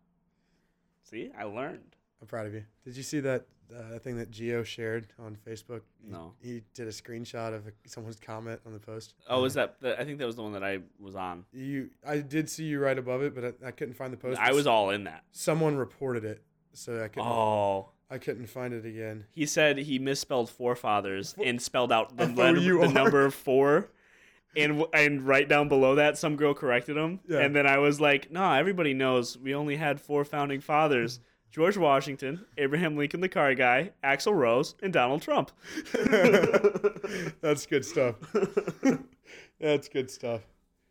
Speaker 2: See, I learned.
Speaker 1: I'm proud of you. Did you see that uh, thing that Geo shared on Facebook? He-
Speaker 2: No.
Speaker 1: he, did a screenshot of someone's comment on the post.
Speaker 2: Oh, is that? The, I think that was the one that I was on.
Speaker 1: You, I did see you right above it, but I, I couldn't find the post.
Speaker 2: I was all in that.
Speaker 1: Someone reported it, so I couldn't.
Speaker 2: Oh,
Speaker 1: I couldn't find it again.
Speaker 2: he said he misspelled forefathers and spelled out the
Speaker 1: F O
Speaker 2: letter,
Speaker 1: U
Speaker 2: the
Speaker 1: R.
Speaker 2: number four, and w- and right down below that, some girl corrected him,
Speaker 1: Yeah.
Speaker 2: and then I was like, "No, everybody knows we only had four founding fathers." George Washington, Abraham Lincoln, the car guy, Axel Rose, and Donald Trump.
Speaker 1: That's good stuff. That's good stuff.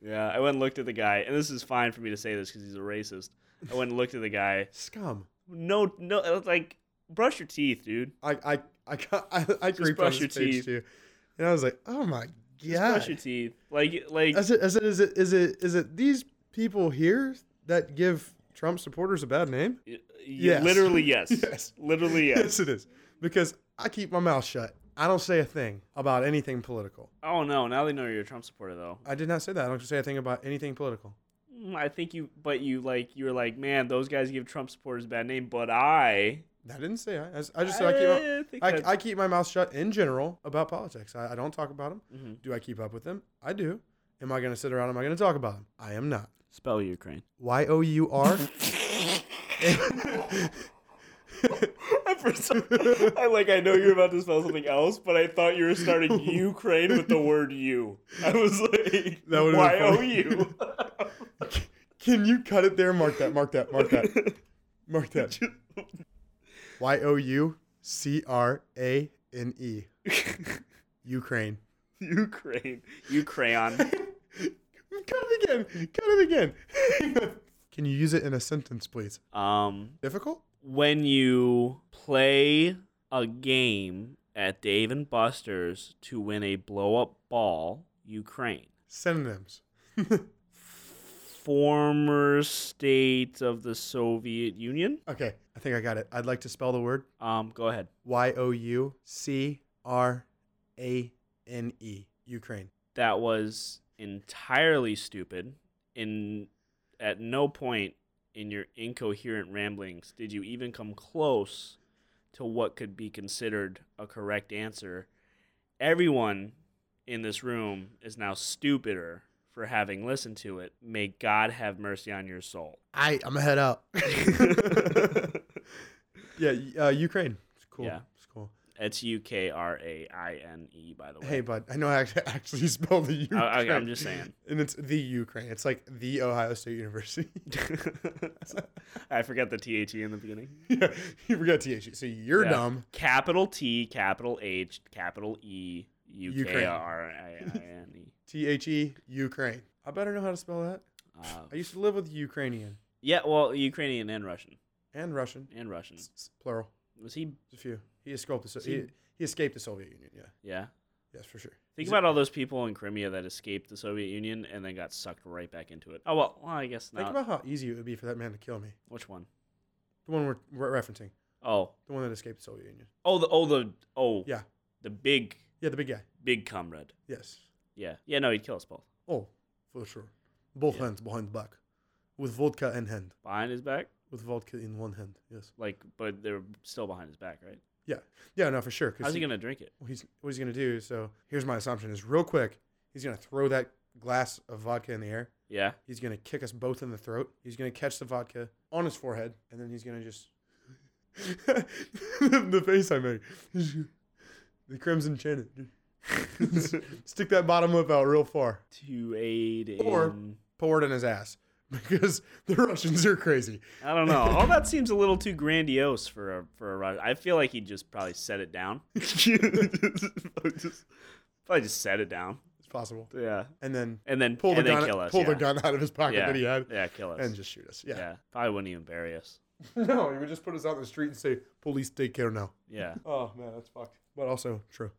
Speaker 2: Yeah, I went and looked at the guy, and this is fine for me to say this because he's a racist. I went and looked at the guy.
Speaker 1: Scum.
Speaker 2: No, no, it was like brush your teeth, dude.
Speaker 1: I I I got, I, I creeped
Speaker 2: brush
Speaker 1: on
Speaker 2: your
Speaker 1: this page
Speaker 2: teeth.
Speaker 1: too, and I was like, oh my
Speaker 2: Just brush your
Speaker 1: god.
Speaker 2: teeth. Like, like
Speaker 1: I said, I said, is it is it is it these people here that give Trump supporters a bad name?
Speaker 2: Y- y-
Speaker 1: Yes.
Speaker 2: Literally yes.
Speaker 1: Yes.
Speaker 2: Literally yes.
Speaker 1: Yes, it is because I keep my mouth shut. I don't say a thing about anything political.
Speaker 2: oh no, now they know you're a Trump supporter though.
Speaker 1: I did not say that. I don't say a thing about anything political.
Speaker 2: Mm, I think you but you like you were like, man, those guys give Trump supporters a bad name, but I
Speaker 1: I didn't say I. I s- I just said I keep. My,
Speaker 2: think that's-
Speaker 1: I, I keep my mouth shut in general about politics. I, I don't talk about them.
Speaker 2: Mhm.
Speaker 1: Do I keep up with them? I do. Am I going to sit around? Am I going to talk about them? I am not.
Speaker 2: spell Ukraine.
Speaker 1: Y o u r.
Speaker 2: At first, I like I know you're about to spell something else, but I thought you were starting Ukraine with the word you. I was like,
Speaker 1: That would've been
Speaker 2: why oh
Speaker 1: funny.
Speaker 2: you?
Speaker 1: Can you cut it there? Mark that. Mark that. Mark that. Mark that. Y o u c r a n e. Ukraine.
Speaker 2: Ukraine, Ukraine.
Speaker 1: cut it again. Cut it again. Can you use it in a sentence, please?
Speaker 2: Um,
Speaker 1: Difficult.
Speaker 2: when you play a game at Dave and Buster's to win a blow up ball, Ukraine.
Speaker 1: Synonyms.
Speaker 2: Former state of the Soviet Union.
Speaker 1: Okay, I think I got it. I'd like to spell the word
Speaker 2: Um, go ahead.
Speaker 1: Y O U C R A N E, Ukraine.
Speaker 2: that was entirely stupid. In at no point in your incoherent ramblings did you even come close to what could be considered a correct answer. Everyone in this room is now stupider for having listened to it. May God have mercy on your soul.
Speaker 1: I, I'm going to head out. yeah, y- uh, Ukraine. It's cool.
Speaker 2: Yeah.
Speaker 1: It's cool.
Speaker 2: It's U K R A I N E, by the way.
Speaker 1: Hey, bud, I know I act- actually spelled the Ukraine.
Speaker 2: I- I- I'm just saying.
Speaker 1: And it's the Ukraine. It's like the Ohio State University.
Speaker 2: I forgot the T H E in the beginning.
Speaker 1: yeah, you forgot TH. So you're
Speaker 2: Yeah.
Speaker 1: dumb.
Speaker 2: Capital T, capital H, capital E, U K
Speaker 1: Ukraine.
Speaker 2: R I I N E.
Speaker 1: T H E, Ukraine. I better know how to spell that.
Speaker 2: Uh,
Speaker 1: I used to live with Ukrainian
Speaker 2: Yeah, well, Ukrainian and Russian.
Speaker 1: and Russian.
Speaker 2: And Russian.
Speaker 1: It's, it's plural.
Speaker 2: Was he?
Speaker 1: It's a few. He escaped the, so-
Speaker 2: See-
Speaker 1: he, he escaped the Soviet Union. Yeah.
Speaker 2: Yeah.
Speaker 1: Yes, for sure.
Speaker 2: Think
Speaker 1: Is it-
Speaker 2: about all those people in Crimea that escaped the Soviet Union and then got sucked right back into it. Oh, well, well I guess
Speaker 1: Think
Speaker 2: not.
Speaker 1: about how easy it would be for that man to kill me.
Speaker 2: Which one?
Speaker 1: The one we're, we're referencing.
Speaker 2: Oh.
Speaker 1: The one that escaped the Soviet Union.
Speaker 2: Oh, the, oh, the, oh.
Speaker 1: Yeah.
Speaker 2: The big,
Speaker 1: Yeah, the big guy.
Speaker 2: big comrade.
Speaker 1: Yes.
Speaker 2: Yeah. Yeah, no, he'd kill us both.
Speaker 1: Oh, for sure. Both
Speaker 2: Yeah.
Speaker 1: hands behind back. With vodka in hand.
Speaker 2: Behind his back?
Speaker 1: With vodka in one hand. Yes.
Speaker 2: Like, but they're still behind his back, right?
Speaker 1: Yeah, no, for sure. 'cause
Speaker 2: How's
Speaker 1: he-
Speaker 2: he going to drink it?
Speaker 1: what he's what he's gonna do. So here's my assumption: is real quick, he's gonna throw that glass of vodka in the air.
Speaker 2: Yeah.
Speaker 1: He's gonna kick us both in the throat. He's gonna catch the vodka on his forehead, and then he's gonna just the face I make, the crimson chin. Stick that bottom lip out real far.
Speaker 2: To aid
Speaker 1: Or-
Speaker 2: in.
Speaker 1: Pour it in his ass because the Russians are crazy.
Speaker 2: I don't know. All that seems a little too grandiose for a for a Rod- I feel like he just probably set it down. just, probably just set it down.
Speaker 1: It's possible.
Speaker 2: Yeah,
Speaker 1: And then
Speaker 2: and then
Speaker 1: pull the
Speaker 2: and then
Speaker 1: gun,
Speaker 2: kill us.
Speaker 1: pull
Speaker 2: yeah.
Speaker 1: the gun out of his pocket
Speaker 2: Yeah.
Speaker 1: that he had,
Speaker 2: Yeah, kill us.
Speaker 1: and just shoot us.
Speaker 2: yeah.
Speaker 1: Yeah.
Speaker 2: probably wouldn't even bury us.
Speaker 1: No, he would just put us out in the street and say, "Police, take care now."
Speaker 2: Yeah.
Speaker 1: Oh man, that's fucked. But also true.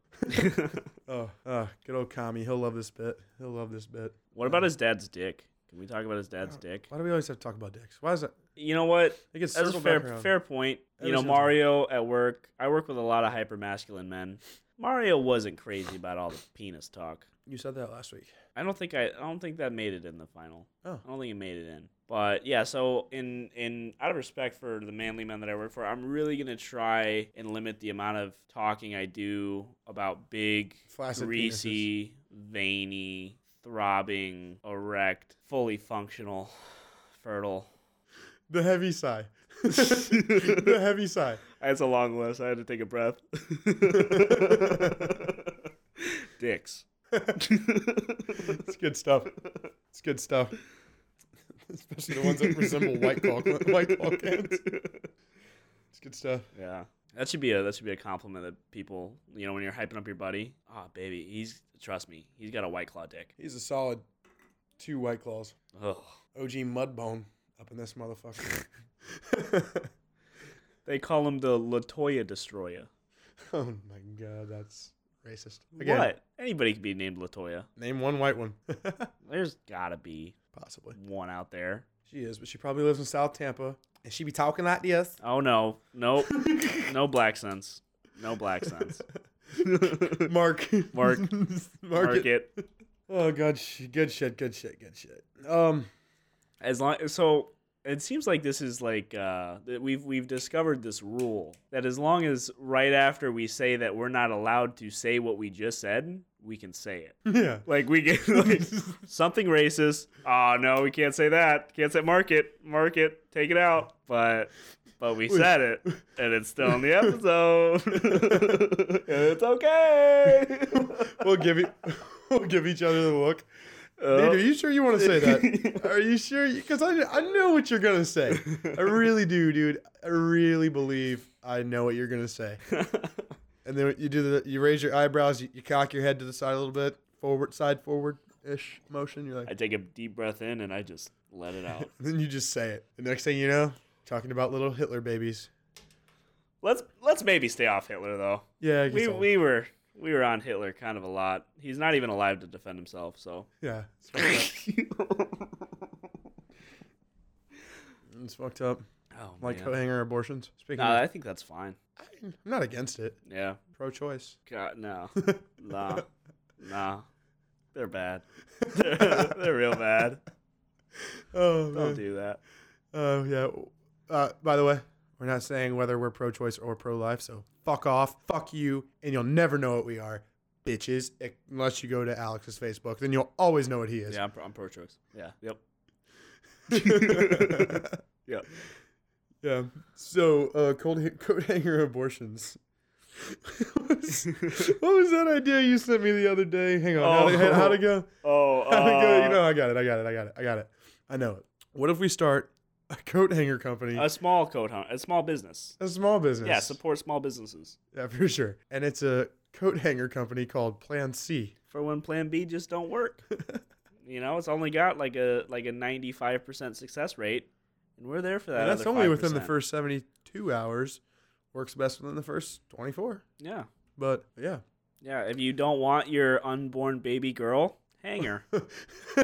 Speaker 1: Oh, uh, good old Kami. He'll love this bit. He'll love this bit.
Speaker 2: what about his dad's dick? Can we talk about his
Speaker 1: Oh,
Speaker 2: dad's dick?
Speaker 1: Why do we always have to talk about dicks? Why is that?
Speaker 2: You know what?
Speaker 1: It gets
Speaker 2: That's a
Speaker 1: circled
Speaker 2: fair
Speaker 1: back around.
Speaker 2: fair point. You
Speaker 1: Every
Speaker 2: know,
Speaker 1: single
Speaker 2: Mario at work. I work with a lot of hyper masculine men. Mario wasn't crazy about all the penis talk.
Speaker 1: You said that last week.
Speaker 2: I don't think I, I don't think that made it in the final.
Speaker 1: Oh.
Speaker 2: I don't think it made it in. But yeah, so in in out of respect for the manly men that I work for, I'm really gonna try and limit the amount of talking I do about big,
Speaker 1: Flaccid
Speaker 2: greasy, veiny, throbbing, erect, fully functional, fertile.
Speaker 1: The heavy sigh. the heavy sigh.
Speaker 2: That's a long list. I had to take a breath. Dicks.
Speaker 1: It's good stuff. It's good stuff. Especially the ones that resemble white claw, white claw cans. It's good stuff.
Speaker 2: Yeah. That should be a that should be a compliment that people you know when you're hyping up your buddy. Ah, baby, he's trust me, he's got a white claw dick.
Speaker 1: He's a solid two white claws.
Speaker 2: Ugh.
Speaker 1: OG Mudbone up in this motherfucker.
Speaker 2: They call him the Latoya Destroyer.
Speaker 1: oh my god, that's racist. Again,
Speaker 2: What? Anybody could be named Latoya.
Speaker 1: Name one white one.
Speaker 2: There's gotta be
Speaker 1: Possibly.
Speaker 2: one out there.
Speaker 1: She is, but she probably lives in South Tampa. And she be talking like this.
Speaker 2: Oh no, nope, no black sense, no black sense.
Speaker 1: Mark.
Speaker 2: Mark.
Speaker 1: Mark.
Speaker 2: Mark
Speaker 1: it.
Speaker 2: it.
Speaker 1: Oh god, sh- good shit, good shit, good shit. Um
Speaker 2: as long so it seems like this is like uh, that we've we've discovered this rule that as long as right after we say that we're not allowed to say what we just said, we can say it.
Speaker 1: yeah.
Speaker 2: Like we get like something racist. Oh no, we can't say that. Can't say mark it, mark it, take it out. But but we said it, and it's still in the episode. and it's okay.
Speaker 1: We'll give it we'll give each other the look.
Speaker 2: Uh,
Speaker 1: Dude, are you sure you want to say that? Are you sure? Because I, I know what you're gonna say. I really do, dude. I really believe I know what you're gonna say. And then you do the you raise your eyebrows, you, you cock your head to the side a little bit, forward side forward ish motion. You're like,
Speaker 2: I take a deep breath in and I just let it out.
Speaker 1: and then you just say it. The next thing you know, talking about little Hitler babies.
Speaker 2: Let's let's maybe stay off Hitler though.
Speaker 1: Yeah, I guess
Speaker 2: We
Speaker 1: I'll-
Speaker 2: we were we were on Hitler kind of a lot. He's not even alive to defend himself, so Oh,
Speaker 1: yeah, it's fucked up. It's fucked up.
Speaker 2: Oh
Speaker 1: Like
Speaker 2: man.
Speaker 1: hanger abortions. Speaking,
Speaker 2: Nah,
Speaker 1: of,
Speaker 2: I think that's fine.
Speaker 1: I, am not against it. Oh,
Speaker 2: Yeah.
Speaker 1: Pro choice.
Speaker 2: God no. nah. Nah, they're bad. They're, they're real bad.
Speaker 1: Oh,
Speaker 2: Don't
Speaker 1: man.
Speaker 2: do that.
Speaker 1: Oh, yeah. Uh, by the way, we're not saying whether we're pro choice or pro life, so fuck off, fuck you, and you'll never know what we are, bitches, unless you go to Alex's Facebook. Then you'll always know what he is.
Speaker 2: Yeah, I'm, pro- I'm pro-choice. Yeah. Yep.
Speaker 1: yeah.
Speaker 2: Yep.
Speaker 1: Yeah. So, uh, cold, ha- coat hanger abortions. what, was, what was that idea you sent me the other day? Hang on. How, to,
Speaker 2: Oh.
Speaker 1: how to go?
Speaker 2: Oh,
Speaker 1: How to go? You
Speaker 2: uh,
Speaker 1: know, I got it. I got it. I got it. I got it. I know it. What if we start a coat hanger company?
Speaker 2: a small coat hunt, a small business.
Speaker 1: a small business.
Speaker 2: Yeah, support small businesses
Speaker 1: Yeah, for sure. And it's a coat hanger company called Plan C.
Speaker 2: for when Plan B just don't work. you know, it's only got like a like a 95% success rate, and we're there for that.
Speaker 1: and that's
Speaker 2: other
Speaker 1: only within the
Speaker 2: 5%.
Speaker 1: first 72 hours. Works best within the first 24.
Speaker 2: Yeah,
Speaker 1: But yeah.
Speaker 2: yeah. If you don't want your unborn baby girl, hang her.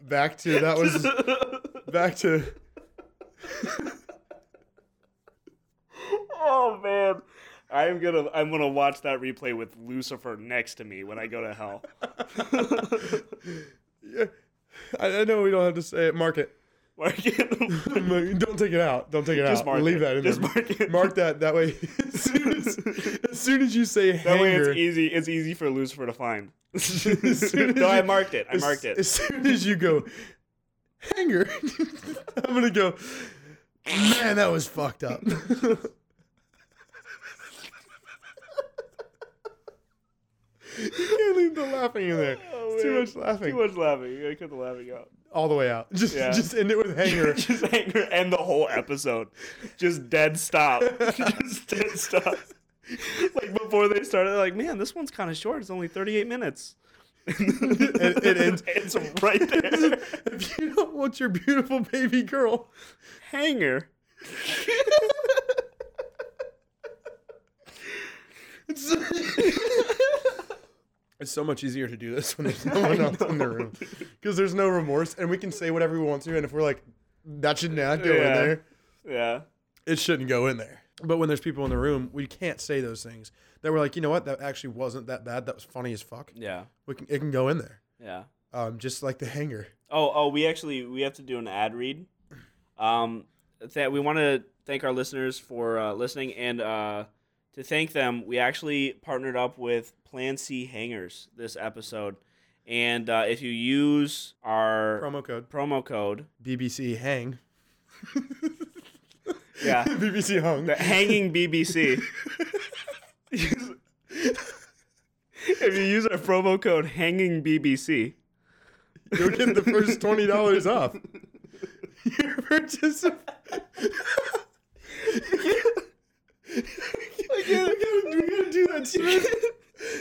Speaker 1: back to that was back to
Speaker 2: oh man, I'm gonna I'm gonna watch that replay with Lucifer next to me when I go to hell.
Speaker 1: yeah. I, I know we don't have to say it. Mark it.
Speaker 2: Mark it.
Speaker 1: don't take it out. Don't take it
Speaker 2: Just
Speaker 1: out.
Speaker 2: mark
Speaker 1: Leave
Speaker 2: it.
Speaker 1: that in
Speaker 2: Just
Speaker 1: there.
Speaker 2: mark it.
Speaker 1: that. That way, as soon as, as, soon as you say
Speaker 2: That way
Speaker 1: hanger,
Speaker 2: it's easy. It's easy for Lucifer to find.
Speaker 1: as soon as
Speaker 2: no, I
Speaker 1: you-
Speaker 2: marked it. I
Speaker 1: as-
Speaker 2: marked it.
Speaker 1: As soon as you go hanger, I'm gonna go. Man, that was fucked up. You can't leave the laughing in there.
Speaker 2: Oh,
Speaker 1: it's too
Speaker 2: man.
Speaker 1: much laughing.
Speaker 2: Too much laughing. I cut the laughing out.
Speaker 1: All the way out. Just
Speaker 2: Yeah.
Speaker 1: just end it with hanger.
Speaker 2: Just anger and the whole episode. Just dead stop. Just dead stop. Like before they started, they're like, man, this one's kind of short. It's only 38 minutes.
Speaker 1: it, it ends.
Speaker 2: It's right there.
Speaker 1: if you don't want your beautiful baby girl,
Speaker 2: Hanger.
Speaker 1: it's, it's so much easier to do this when there's no one else in the room because there's no remorse, and we can say whatever we want to. And if we're like, that should not go in
Speaker 2: Yeah.
Speaker 1: there,
Speaker 2: Yeah.
Speaker 1: it shouldn't go in there. But when there's people in the room, we can't say those things. That we're like, you know what? That actually wasn't that bad. That was funny as fuck.
Speaker 2: Yeah.
Speaker 1: We can, it can go in there,
Speaker 2: Yeah.
Speaker 1: um, just like the hanger.
Speaker 2: Oh, oh, we actually we have to do an ad read. Um, that we want to thank our listeners for uh, listening, and uh, to thank them, we actually partnered up with Plan C Hangers this episode, and uh, if you use our
Speaker 1: Promo code
Speaker 2: promo code,
Speaker 1: BBC Hang.
Speaker 2: yeah,
Speaker 1: BBC Hung.
Speaker 2: the Hanging BBC. if you use our promo code Hanging BBC,
Speaker 1: You'll get the first twenty dollars off. Your purchase. Of- I can't. I gotta, we gotta do that shit.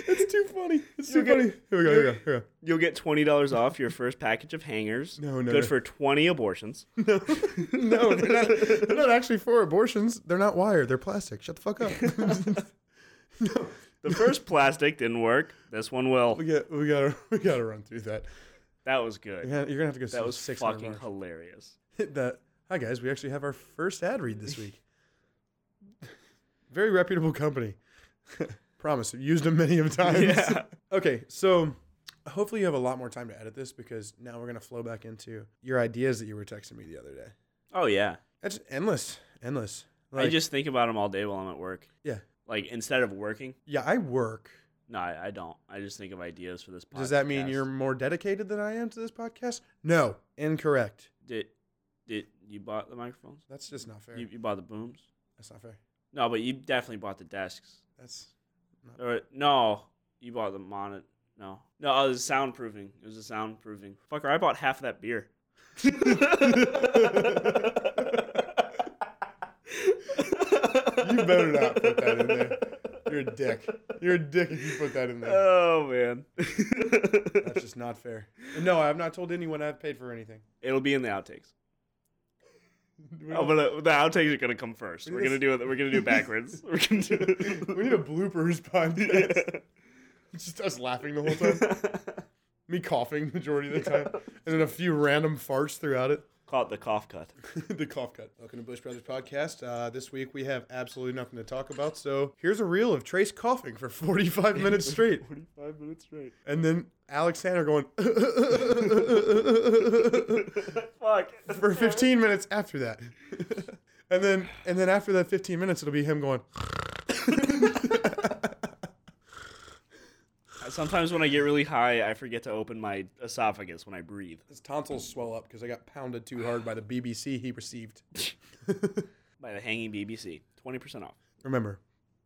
Speaker 1: It's too funny. It's too
Speaker 2: You'll get-
Speaker 1: funny. Here we go. Here we go. Here
Speaker 2: you'll get twenty dollars off your first package of hangers.
Speaker 1: No, no,
Speaker 2: good
Speaker 1: no.
Speaker 2: for twenty abortions.
Speaker 1: we go. No, no, they're not. They're not actually for abortions. They're not wired. They're plastic. Shut the fuck up. no,
Speaker 2: The first plastic didn't work. This one will.
Speaker 1: we got. We gotta. We gotta run through that.
Speaker 2: That was good.
Speaker 1: You're gonna you're gonna have to go.
Speaker 2: that was
Speaker 1: six
Speaker 2: fucking hilarious.
Speaker 1: hit that. Hi guys, we actually have our first ad read this week. Very reputable company. Promise, I've used them many of times.
Speaker 2: Yeah.
Speaker 1: Okay, so hopefully you have a lot more time to edit this because now we're gonna flow back into your ideas that you were texting me the other day.
Speaker 2: Oh yeah.
Speaker 1: That's endless, endless.
Speaker 2: I
Speaker 1: Like,
Speaker 2: just think about them all day while I'm at work.
Speaker 1: Yeah.
Speaker 2: Like instead of working,
Speaker 1: yeah, I work.
Speaker 2: no, I, I don't. I just think of ideas for this. podcast.
Speaker 1: Does that mean you're more dedicated than I am to this podcast? No, incorrect.
Speaker 2: Did, did you bought the microphones?
Speaker 1: That's just not fair.
Speaker 2: You, you bought the booms?
Speaker 1: That's not fair.
Speaker 2: No, but you definitely bought the desks.
Speaker 1: That's
Speaker 2: Or no, you bought the monet. No, no, oh, it was soundproofing. It was a soundproofing. Fucker, I bought half of that beer. you
Speaker 1: better not put that in there. you're a dick. You're a dick if you put that in there.
Speaker 2: Oh man.
Speaker 1: That's just not fair. No, I've not told anyone I've paid for anything.
Speaker 2: It'll be in the outtakes. Oh, but uh, the outtakes are gonna come first. We're gonna do it. We're gonna do it backwards. We're gonna
Speaker 1: we
Speaker 2: do
Speaker 1: need a bloopers podcast. It's just us laughing the whole time.
Speaker 2: it.
Speaker 1: Me coughing majority of the time. And then a few random farts throughout it.
Speaker 2: Call it the cough cut.
Speaker 1: the cough cut. Welcome to Bush Brothers Podcast. Uh, this week we have absolutely nothing to talk about, so here's a reel of Trace coughing for 45 minutes straight,
Speaker 2: 45 minutes straight.
Speaker 1: and then Alexander going
Speaker 2: Fuck.
Speaker 1: for 15 minutes after that, and then and then after that 15 minutes it'll be him going.
Speaker 2: Sometimes when I get really high, I forget to open my esophagus when I breathe.
Speaker 1: His tonsils swell up because I got pounded too hard by the BBC he received.
Speaker 2: By the hanging BBC. 20% off.
Speaker 1: Remember,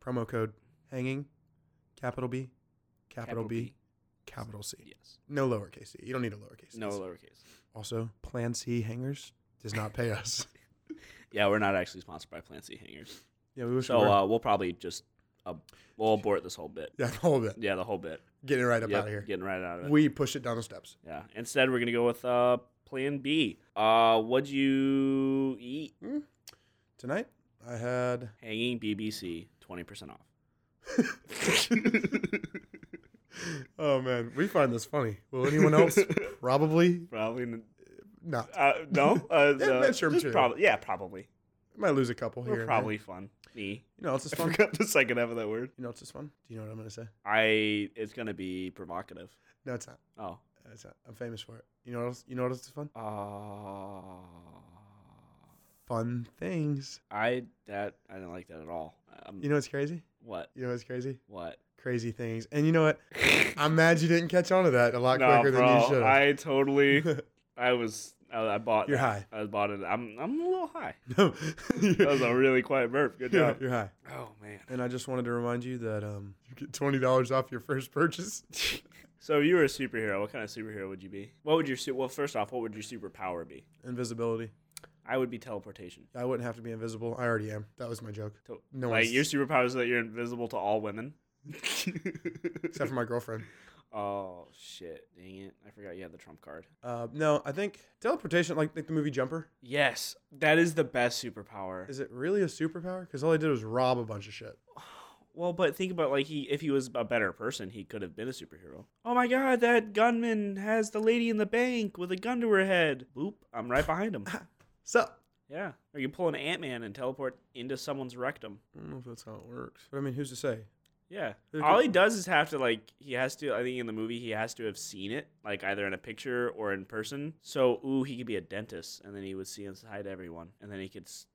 Speaker 1: promo code hanging, capital B, capital,
Speaker 2: Capital
Speaker 1: B,
Speaker 2: B.
Speaker 1: capital C.
Speaker 2: Yes.
Speaker 1: No lowercase c. You don't need a lowercase.
Speaker 2: No
Speaker 1: c.
Speaker 2: lowercase.
Speaker 1: Also, Plan C Hangers does not pay us.
Speaker 2: Yeah, we're not actually sponsored by Plan C Hangers.
Speaker 1: yeah, we wish we
Speaker 2: So
Speaker 1: were.
Speaker 2: uh, we'll probably just uh, we'll abort this whole bit.
Speaker 1: yeah, all of it.
Speaker 2: Yeah, the whole bit.
Speaker 1: Getting right up
Speaker 2: Yep,
Speaker 1: out of here.
Speaker 2: Getting right out of it.
Speaker 1: We push it down the steps.
Speaker 2: yeah. Instead, we're gonna go with uh, Plan B. Uh, what'd you eat?
Speaker 1: Tonight, I had.
Speaker 2: Hanging BBC, twenty percent off.
Speaker 1: oh man, we find this funny. Will anyone else? Probably
Speaker 2: Probably
Speaker 1: not.
Speaker 2: uh, no. Uh,
Speaker 1: Yeah,
Speaker 2: no.
Speaker 1: that's true,
Speaker 2: Just
Speaker 1: too.
Speaker 2: prob- yeah, probably.
Speaker 1: Might lose a couple here.
Speaker 2: We're
Speaker 1: and
Speaker 2: probably fun. Me.
Speaker 1: there. You know, it's just
Speaker 2: I
Speaker 1: fun.
Speaker 2: forgot the second half of that word.
Speaker 1: You know, it's just fun. Do you know what I'm gonna say?
Speaker 2: I. It's gonna be provocative.
Speaker 1: No, it's not.
Speaker 2: Oh.
Speaker 1: It's not. I'm famous for it. You know what else? You know what else is fun?
Speaker 2: Uh,
Speaker 1: Fun things.
Speaker 2: I that I didn't like that at all. Um,
Speaker 1: You know what's crazy?
Speaker 2: what?
Speaker 1: You know what's crazy?
Speaker 2: What?
Speaker 1: Crazy things. And you know what? I'm mad you didn't catch on to that a lot quicker than you should have.
Speaker 2: I totally. I was. I, I bought.
Speaker 1: You're
Speaker 2: that.
Speaker 1: high.
Speaker 2: I bought it. I'm. I'm a little high.
Speaker 1: No.
Speaker 2: That was a really quiet burp. Good
Speaker 1: you're,
Speaker 2: job.
Speaker 1: you're high.
Speaker 2: Oh man.
Speaker 1: And I just wanted to remind you that um, you get twenty dollars off your first purchase.
Speaker 2: So if you were a superhero. What kind of superhero would you be? What would your su- well? First off, what would your superpower be?
Speaker 1: Invisibility.
Speaker 2: I would be teleportation.
Speaker 1: I wouldn't have to be invisible. I already am. That was my joke.
Speaker 2: To-
Speaker 1: No
Speaker 2: like
Speaker 1: one's-
Speaker 2: your superpower is that you're invisible to all women.
Speaker 1: Except for my girlfriend.
Speaker 2: oh shit! Dang it! I forgot you had the trump card.
Speaker 1: Uh, no, I think teleportation, like like the movie Jumper,
Speaker 2: Yes, that is the best superpower.
Speaker 1: is it really a superpower? Because all I did was rob a bunch of shit.
Speaker 2: Well, but think about like he if he was a better person, he could have been a superhero. Oh my god, that gunman has the lady in the bank with a gun to her head. Boop, I'm right behind him.
Speaker 1: So
Speaker 2: yeah. Or you pull an Ant Man and teleport into someone's rectum.
Speaker 1: I don't know if that's how it works. But I mean, who's to say?
Speaker 2: Yeah.
Speaker 1: Okay.
Speaker 2: All he does is have to like he has to I think in the movie he has to have seen it, like either in a picture or in person. So ooh, he could be a dentist and then he would see inside everyone and then he could s-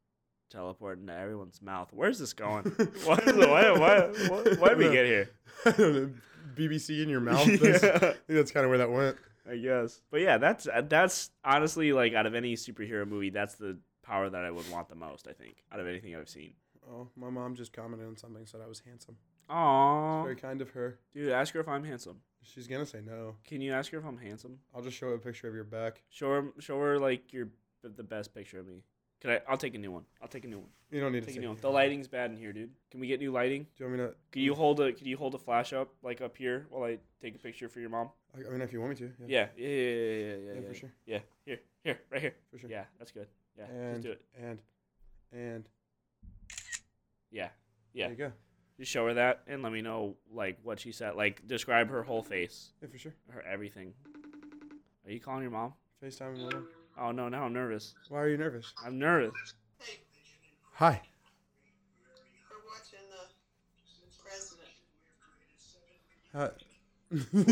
Speaker 2: teleport into everyone's mouth. Where's this going? why, why, why, why, why did we get here?
Speaker 1: I don't know. BBC in your mouth. That's- I
Speaker 2: Yeah,
Speaker 1: think that's kind of where that went.
Speaker 2: I guess. But yeah, that's uh, that's honestly like out of any superhero movie, that's the power that I would want the most. I think out of anything I've seen.
Speaker 1: Oh, my mom just commented on something. Said I was handsome. It's
Speaker 2: Aww,
Speaker 1: very kind of her.
Speaker 2: dude, ask her if I'm handsome.
Speaker 1: She's gonna say no.
Speaker 2: Can you ask her if I'm handsome?
Speaker 1: I'll just show her a picture of your back.
Speaker 2: Show her, show her like your the best picture of me. Can I? I'll take a new one. I'll take a new one.
Speaker 1: You don't need to
Speaker 2: Take
Speaker 1: say
Speaker 2: a new one.
Speaker 1: anything.
Speaker 2: The lighting's bad in here, dude. Can we get new lighting?
Speaker 1: Do you want me to?
Speaker 2: Can you hold a? Can you hold a flash up like up here while I take a picture for your mom?
Speaker 1: I- I mean, if you want me to.
Speaker 2: Yeah, yeah, yeah, yeah, yeah, yeah.
Speaker 1: Yeah,
Speaker 2: yeah.
Speaker 1: for sure.
Speaker 2: Yeah, here, here, right here.
Speaker 1: For sure.
Speaker 2: Yeah, that's good. Yeah,
Speaker 1: And
Speaker 2: just do it.
Speaker 1: and and
Speaker 2: Yeah,
Speaker 1: there
Speaker 2: yeah.
Speaker 1: you go.
Speaker 2: Just show her that and let me know like what she said. Like describe her whole face,
Speaker 1: Yeah, for sure.
Speaker 2: her everything. Are you calling your mom?
Speaker 1: FaceTime and whatever.
Speaker 2: Oh no, now I'm nervous.
Speaker 1: Why are you nervous?
Speaker 2: I'm nervous.
Speaker 1: Hi.
Speaker 3: We're watching the president.
Speaker 1: Uh,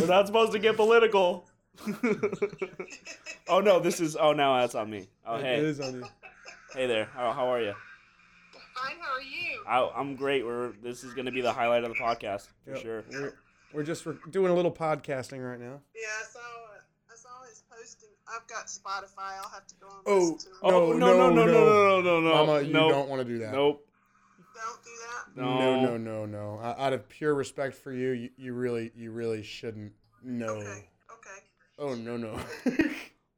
Speaker 2: We're not supposed to get political. oh no, this is. Oh now that's on me. Oh
Speaker 1: It
Speaker 2: hey,
Speaker 1: is on you.
Speaker 2: hey there. How, how are you?
Speaker 3: Fine, how are you?
Speaker 2: I, I'm great. We're this is gonna be the highlight of the podcast for
Speaker 1: Yep.
Speaker 2: sure.
Speaker 1: We're, we're just we're doing a little podcasting right now.
Speaker 3: Yeah, I saw, it. I saw his posting. I've got Spotify. I'll have to go and
Speaker 1: Oh,
Speaker 3: listen to it.
Speaker 1: No,
Speaker 2: oh no no no no
Speaker 1: no,
Speaker 2: no no no no.
Speaker 1: Mama, you
Speaker 2: nope.
Speaker 1: don't want to do that.
Speaker 2: Nope.
Speaker 3: Don't do that.
Speaker 1: No,
Speaker 2: No.
Speaker 1: no, no, no. O- Out of pure respect for you, you, you really, you really shouldn't. No.
Speaker 3: Okay, okay.
Speaker 1: Oh no, no.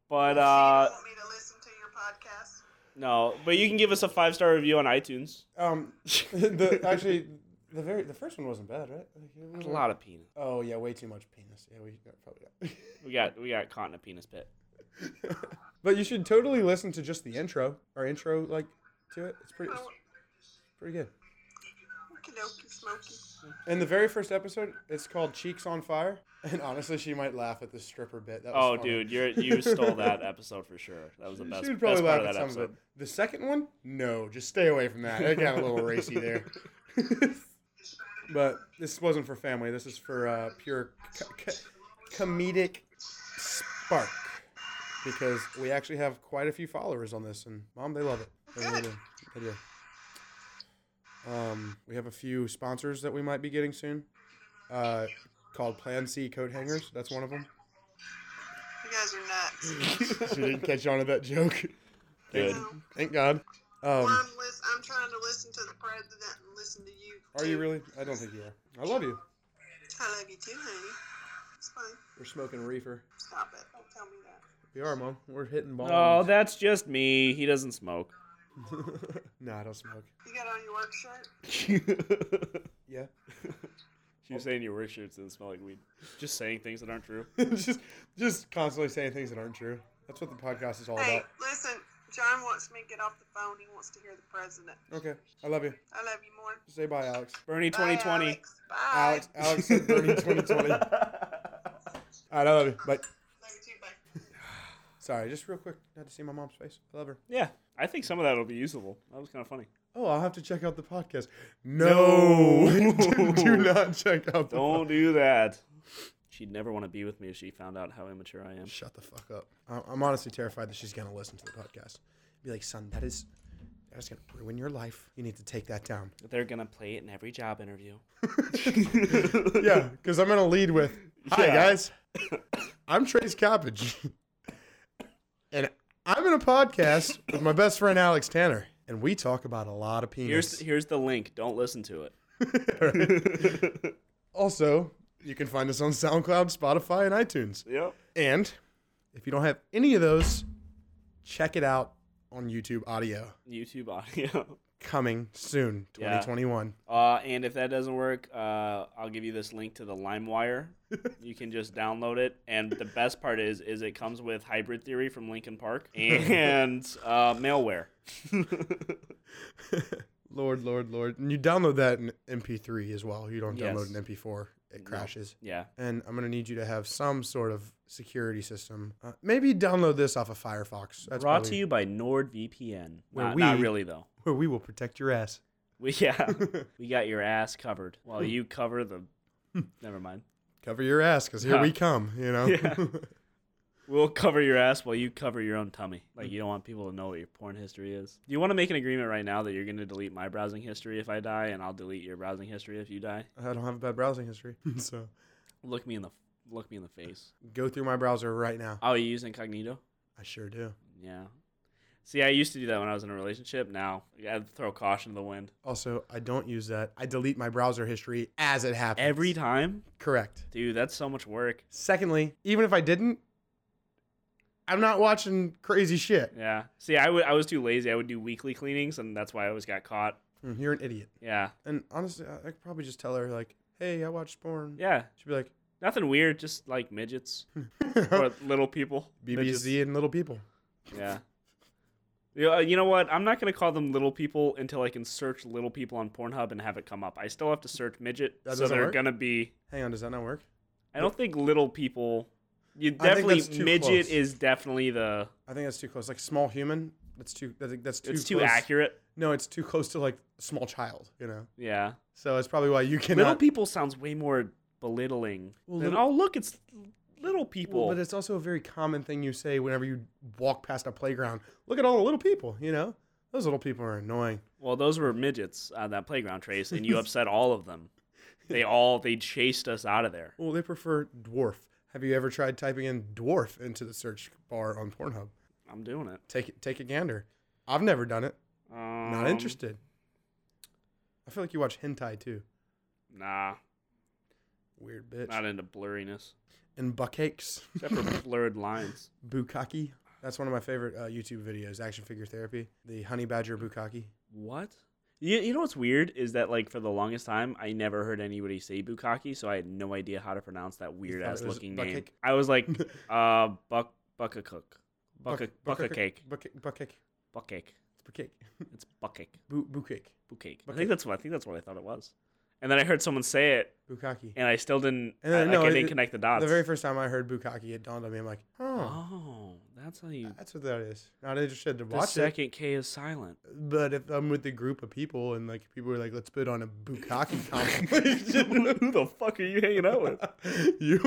Speaker 2: But
Speaker 3: So
Speaker 2: uh,
Speaker 3: you want me to listen to your podcast?
Speaker 2: no. But you can give us a five star review on iTunes.
Speaker 1: um, the actually, the very the first one wasn't bad, right?
Speaker 2: There's a lot of penis.
Speaker 1: Oh yeah, way too much penis. Yeah, we got probably.
Speaker 2: We got we got caught in a penis pit.
Speaker 1: Got. but you should totally listen to just the intro. Our intro, like, to it. It's pretty, it's
Speaker 3: Oh,
Speaker 1: pretty good.
Speaker 3: okie dokie, Smokey.
Speaker 1: And the very first episode, it's called Cheeks on Fire, And honestly, she might laugh at the stripper bit. That was
Speaker 2: Oh,
Speaker 1: funny.
Speaker 2: dude, you you stole that episode for sure. That was the
Speaker 1: She-
Speaker 2: best,
Speaker 1: She would probably
Speaker 2: best
Speaker 1: laugh
Speaker 2: part of
Speaker 1: at
Speaker 2: that
Speaker 1: some
Speaker 2: episode.
Speaker 1: of it. The second one, no, just stay away from that. It got a little racy there. but this wasn't for family. This is for uh, pure co- co- comedic spark because we actually have quite a few followers on this, and mom, they love it. They really do. They do. Um, we have a few sponsors that we might be getting soon. Uh, called Plan C coat hangers. That's one of them.
Speaker 3: You guys are nuts.
Speaker 1: she didn't catch on to that joke.
Speaker 2: Good.
Speaker 3: No.
Speaker 1: Thank God. Um,
Speaker 3: Well, I'm, lis- I'm trying to listen to the president and listen to you.
Speaker 1: Are you
Speaker 3: too.
Speaker 1: really? I don't think you are. I love you.
Speaker 3: I love you too, honey. It's fine.
Speaker 1: We're smoking reefer.
Speaker 3: Stop it. Don't tell me that.
Speaker 1: We are, mom. We're hitting balls.
Speaker 2: Oh, that's just me. He doesn't smoke.
Speaker 1: no, I don't smoke.
Speaker 3: You got on your work shirt?
Speaker 2: she
Speaker 1: Yeah.
Speaker 2: was saying your work shirts didn't smell like weed. Just saying things that aren't true.
Speaker 1: just, just constantly saying things that aren't true. That's what the podcast is all
Speaker 3: hey,
Speaker 1: about.
Speaker 3: listen. John wants me to get off the phone. He wants to hear the president.
Speaker 1: Okay. I love you.
Speaker 3: I love you more.
Speaker 1: Say bye, Alex.
Speaker 2: Bernie
Speaker 3: Bye,
Speaker 2: 2020.
Speaker 3: Alex. Bye.
Speaker 1: Alex. Alex said Bernie 2020. All right, I love you. Bye.
Speaker 3: Love you too. Bye.
Speaker 1: Sorry, just real quick. Not to see my mom's face. I love her.
Speaker 2: yeah, I think some of that will be usable. That was kind of funny.
Speaker 1: Oh, I'll have to check out the podcast. No.
Speaker 2: No.
Speaker 1: do, do not check out the
Speaker 2: Don't do that. She'd never want to be with me if she found out how immature I am.
Speaker 1: Shut the fuck up. I- I'm honestly terrified that she's gonna listen to the podcast. Be like, son, that is that is gonna ruin your life. You need to take that down.
Speaker 2: They're gonna play it in every job interview.
Speaker 1: yeah, because I'm gonna lead with, "Hi
Speaker 2: Yeah.
Speaker 1: guys, I'm Trace Coppage, and I'm in a podcast with my best friend Alex Tanner, and we talk about a lot of
Speaker 2: Here's
Speaker 1: penis."
Speaker 2: here's the link. Don't listen to it.
Speaker 1: All right. also, you can find us on SoundCloud, Spotify, and iTunes.
Speaker 2: Yep.
Speaker 1: And if you don't have any of those, check it out on YouTube audio
Speaker 2: YouTube audio.
Speaker 1: coming soon,
Speaker 2: Yeah.
Speaker 1: 2021.
Speaker 2: Uh, and if that doesn't work, uh, I'll give you this link to the LimeWire. you can just download it. And the best part is, is it comes with Hybrid Theory from Linkin Park and uh, malware.
Speaker 1: Lord, Lord, Lord. And you download that in MP3 as well. You don't download
Speaker 2: Yes.
Speaker 1: an MP4, it crashes.
Speaker 2: Yeah.
Speaker 1: And I'm going to need you to have some sort of security system. Uh, maybe download this off of Firefox. That's
Speaker 2: Brought to
Speaker 1: probably
Speaker 2: you by NordVPN.
Speaker 1: Where
Speaker 2: Not, not
Speaker 1: we-
Speaker 2: really though.
Speaker 1: Where we will protect your ass.
Speaker 2: We yeah. we got your ass covered while you cover the. Never mind.
Speaker 1: Cover your ass because here
Speaker 2: Yeah.
Speaker 1: we come, you know?
Speaker 2: Yeah. We'll cover your ass while you cover your own tummy. Like you don't want people to know what your porn history is. Do you want to make an agreement right now that you're going to delete my browsing history if I die, and I'll delete your browsing history if you die?
Speaker 1: I don't have a bad browsing history. So
Speaker 2: Look me in the look me in the face.
Speaker 1: go through my browser right now.
Speaker 2: Oh, you use incognito?
Speaker 1: I sure do.
Speaker 2: Yeah. See, I used to do that when I was in a relationship. Now I throw caution to the wind
Speaker 1: Also, I don't use that. I delete my browser history as it happens.
Speaker 2: every time,
Speaker 1: correct.
Speaker 2: dude. That's so much work.
Speaker 1: Secondly, even if I didn't, I'm not watching crazy shit.
Speaker 2: Yeah. See, I would I was too lazy. I would do weekly cleanings, and that's why I always got caught.
Speaker 1: Mm, You're an idiot.
Speaker 2: Yeah.
Speaker 1: And honestly, I I could probably just tell her like, "Hey, I watched porn."
Speaker 2: Yeah.
Speaker 1: She'd be like,
Speaker 2: Nothing weird. Just like midgets or little people. Midgets.
Speaker 1: "BBC and little people."
Speaker 2: Yeah. You know, you know what? I'm not going to call them little people until I can search little people on Pornhub and have it come up. I still have to search midget,
Speaker 1: That
Speaker 2: so
Speaker 1: doesn't
Speaker 2: they're
Speaker 1: work?
Speaker 2: going to be.
Speaker 1: Hang on, does that not work?
Speaker 2: I don't think little people. You
Speaker 1: I think
Speaker 2: definitely
Speaker 1: that's too
Speaker 2: midget
Speaker 1: close.
Speaker 2: is definitely the.
Speaker 1: I think that's too close. Like small human. That's too. I think that's too.
Speaker 2: it's too
Speaker 1: close.
Speaker 2: accurate.
Speaker 1: No, it's too close to like small child. You know.
Speaker 2: Yeah,
Speaker 1: So that's probably why you cannot.
Speaker 2: little people sounds way more belittling.
Speaker 1: Well,
Speaker 2: than,
Speaker 1: little-
Speaker 2: oh, look, it's little people.
Speaker 1: Well, but it's also a very common thing you say whenever you walk past a playground. Look at all the little people, you know? Those little people are annoying.
Speaker 2: Well, those were midgets on that playground trace, and you upset all of them. They all they chased us out of there.
Speaker 1: Well, they prefer dwarf. Have you ever tried typing in dwarf into the search bar on Pornhub?
Speaker 2: I'm doing it.
Speaker 1: Take it, take a gander. I've never done it.
Speaker 2: Um,
Speaker 1: Not interested. I feel like you watch hentai too.
Speaker 2: Nah,
Speaker 1: Weird bitch.
Speaker 2: not into blurriness.
Speaker 1: and buckakes.
Speaker 2: except for blurred lines.
Speaker 1: Bukaki. That's one of my favorite uh, YouTube videos, action figure therapy. The honey badger bukaki.
Speaker 2: What? You, you know what's weird is that like for the longest time I never heard anybody say bukkake, so I had no idea how to pronounce that weird
Speaker 1: thought
Speaker 2: ass
Speaker 1: it was
Speaker 2: looking
Speaker 1: buck
Speaker 2: name.
Speaker 1: cake?
Speaker 2: I was like, uh, buck buck a cook, buck a
Speaker 1: Buck-
Speaker 2: buck a
Speaker 1: buckake-
Speaker 2: cake,
Speaker 1: buckake- Buckake.
Speaker 2: buck cake.
Speaker 1: It's buckake.
Speaker 2: It's buck cake,
Speaker 1: Bu- Bukake.
Speaker 2: bukkake. I
Speaker 1: Buck
Speaker 2: think
Speaker 1: cake.
Speaker 2: that's what I think that's what I thought it was. And then I heard someone say it,
Speaker 1: Bukaki.
Speaker 2: and I still didn't.
Speaker 1: And
Speaker 2: I,
Speaker 1: then,
Speaker 2: like,
Speaker 1: no,
Speaker 2: I
Speaker 1: it-
Speaker 2: didn't
Speaker 1: it-
Speaker 2: connect the dots.
Speaker 1: The very first time I heard Bukaki, it dawned on me. I'm like, oh,
Speaker 2: oh, that's how you.
Speaker 1: that's what that is. Not interested to
Speaker 2: The
Speaker 1: watch it.
Speaker 2: second K is silent.
Speaker 1: But if I'm with a group of people and like people are like, let's put on a Bukaki competition.
Speaker 2: Who the fuck are you hanging out with?
Speaker 1: you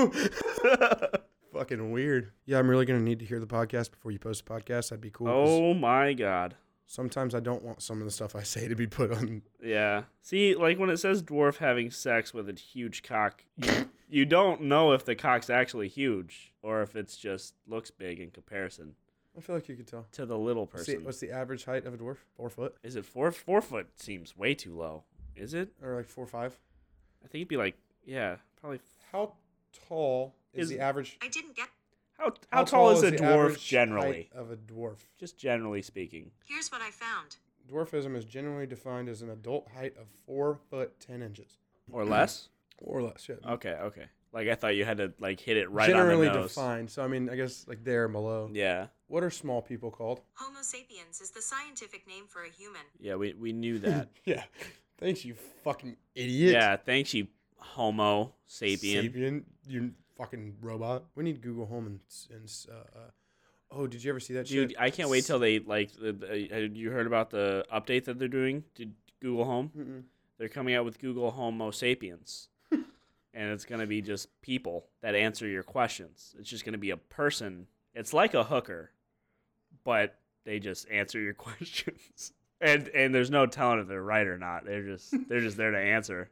Speaker 1: fucking weird. Yeah, I'm really gonna need to hear the podcast before you post the podcast. That'd be cool. 'cause
Speaker 2: oh my god.
Speaker 1: Sometimes I don't want some of the stuff I say to be put on.
Speaker 2: Yeah. See, like when it says dwarf having sex with a huge cock, you- you don't know if the cock's actually huge or if it's just looks big in comparison
Speaker 1: I feel like you could tell.
Speaker 2: to the little
Speaker 1: What's the,
Speaker 2: person.
Speaker 1: what's the average height of a dwarf? Four foot
Speaker 2: Is it four? Four foot seems way too low. Is it?
Speaker 1: or like four five?
Speaker 2: I think it'd be like, yeah, probably.
Speaker 1: How tall is,
Speaker 2: Is-
Speaker 1: the average?
Speaker 3: I didn't get.
Speaker 2: How how, tall, is a
Speaker 1: the
Speaker 2: dwarf
Speaker 1: average
Speaker 2: generally?
Speaker 1: height of a dwarf?
Speaker 2: Just generally speaking.
Speaker 3: Here's what I found.
Speaker 1: Dwarfism is generally defined as an adult height of four foot ten inches
Speaker 2: Or less?
Speaker 1: or less. Yeah.
Speaker 2: Okay, okay. Like I thought you had to like hit it Uh, right
Speaker 1: generally
Speaker 2: on the nose.
Speaker 1: defined. So I mean, I guess like there and below.
Speaker 2: Yeah.
Speaker 1: What are small people called?
Speaker 3: Homo sapiens is the scientific name for a human.
Speaker 2: Yeah, we, we knew that.
Speaker 1: Yeah. Thanks, you fucking idiot.
Speaker 2: yeah, thanks you homo sapien.
Speaker 1: Sapien, you fucking robot. We need Google Home and, s- and s- uh, uh, oh, did you ever see that
Speaker 2: Dude,
Speaker 1: shit?
Speaker 2: I can't wait till they like the, the, uh, you heard about the update that they're doing to Google Home.
Speaker 1: Mm-mm.
Speaker 2: They're coming out with Google Homo sapiens. and it's going to be just people that answer your questions. It's just going to be a person. It's like a hooker, but they just answer your questions. And and there's no telling if they're right or not. They're just they're just there to answer.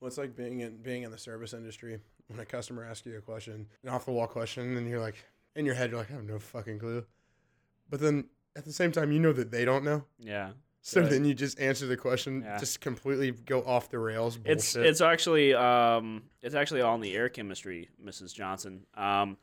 Speaker 1: Well, it's like being in being in the service industry when a customer asks you a question, an off the wall question, and you're like, in your head, you're like, I have no fucking clue. But then at the same time, you know that they don't know.
Speaker 2: Yeah.
Speaker 1: So
Speaker 2: Right.
Speaker 1: then you just answer the question,
Speaker 2: Yeah.
Speaker 1: just completely go off the rails. Bullshit.
Speaker 2: It's it's actually um, it's actually all in the air chemistry, Mrs. Johnson. Um,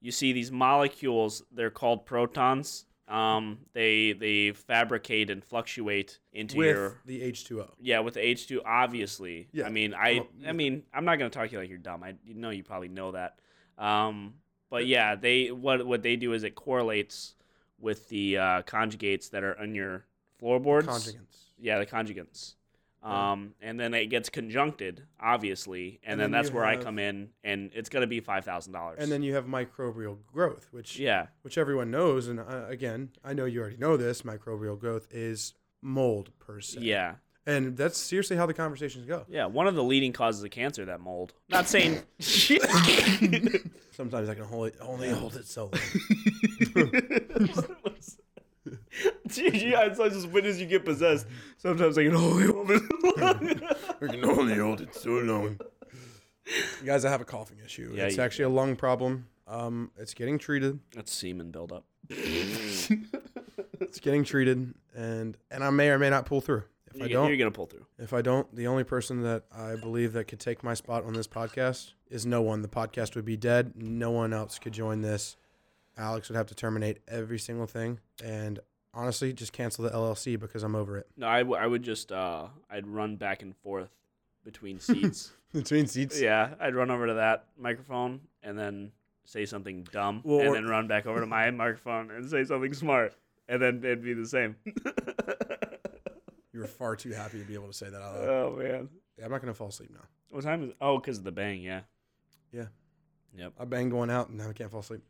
Speaker 2: you see these molecules; they're called protons. Um, they they fabricate and fluctuate into
Speaker 1: with
Speaker 2: your
Speaker 1: the H2O.
Speaker 2: yeah with the H two. Obviously,
Speaker 1: Yeah,
Speaker 2: I mean, I
Speaker 1: well,
Speaker 2: I mean, I'm not gonna talk to you like you're dumb. I you know you probably know that. Um, but yeah, they what what they do is it correlates with the uh, conjugates that are on your floorboards.
Speaker 1: Conjugants.
Speaker 2: Yeah, the conjugants.
Speaker 1: Right.
Speaker 2: Um, and then it gets conjuncted, obviously,
Speaker 1: And
Speaker 2: and, then,
Speaker 1: then
Speaker 2: that's
Speaker 1: you
Speaker 2: where I
Speaker 1: have-
Speaker 2: come in, and it's gonna be five thousand dollars.
Speaker 1: And then you have microbial growth, which
Speaker 2: yeah,
Speaker 1: which everyone knows, and uh, again, I know you already know this, microbial growth is mold per se.
Speaker 2: yeah,
Speaker 1: And that's seriously how the conversations go.
Speaker 2: yeah. One of the leading causes of cancer, that mold. Not saying.
Speaker 1: Sometimes I can hold it, only hold it so long.
Speaker 2: Dude, you, I saw just witness you get possessed. Sometimes I can only hold it.
Speaker 1: I can only hold it so long. You guys, I have a coughing issue.
Speaker 2: Yeah,
Speaker 1: it's
Speaker 2: you-
Speaker 1: actually a lung problem. Um, it's getting treated.
Speaker 2: That's semen buildup.
Speaker 1: It's getting treated, and and I may or may not pull through. If I
Speaker 2: You're,
Speaker 1: don't,
Speaker 2: you're gonna pull through.
Speaker 1: If I don't, the only person that I believe that could take my spot on this podcast is no one. The podcast would be dead. No one else could join this. Alex would have to terminate every single thing. And honestly, just cancel the LLC because I'm over it.
Speaker 2: No, I, w- I would just uh, I'd run back and forth between seats.
Speaker 1: Between seats.
Speaker 2: Yeah, I'd run over to that microphone and then say something dumb,
Speaker 1: Well,
Speaker 2: and
Speaker 1: or-
Speaker 2: then run back over to my microphone and say something smart, and then it'd be the same.
Speaker 1: Uh. You were far too happy to be able to say that out loud.
Speaker 2: oh man,
Speaker 1: Yeah, I'm not going to fall asleep now.
Speaker 2: what time is? Oh, because of the bang. Yeah.
Speaker 1: Yeah.
Speaker 2: Yep.
Speaker 1: I banged one out and now I can't fall asleep.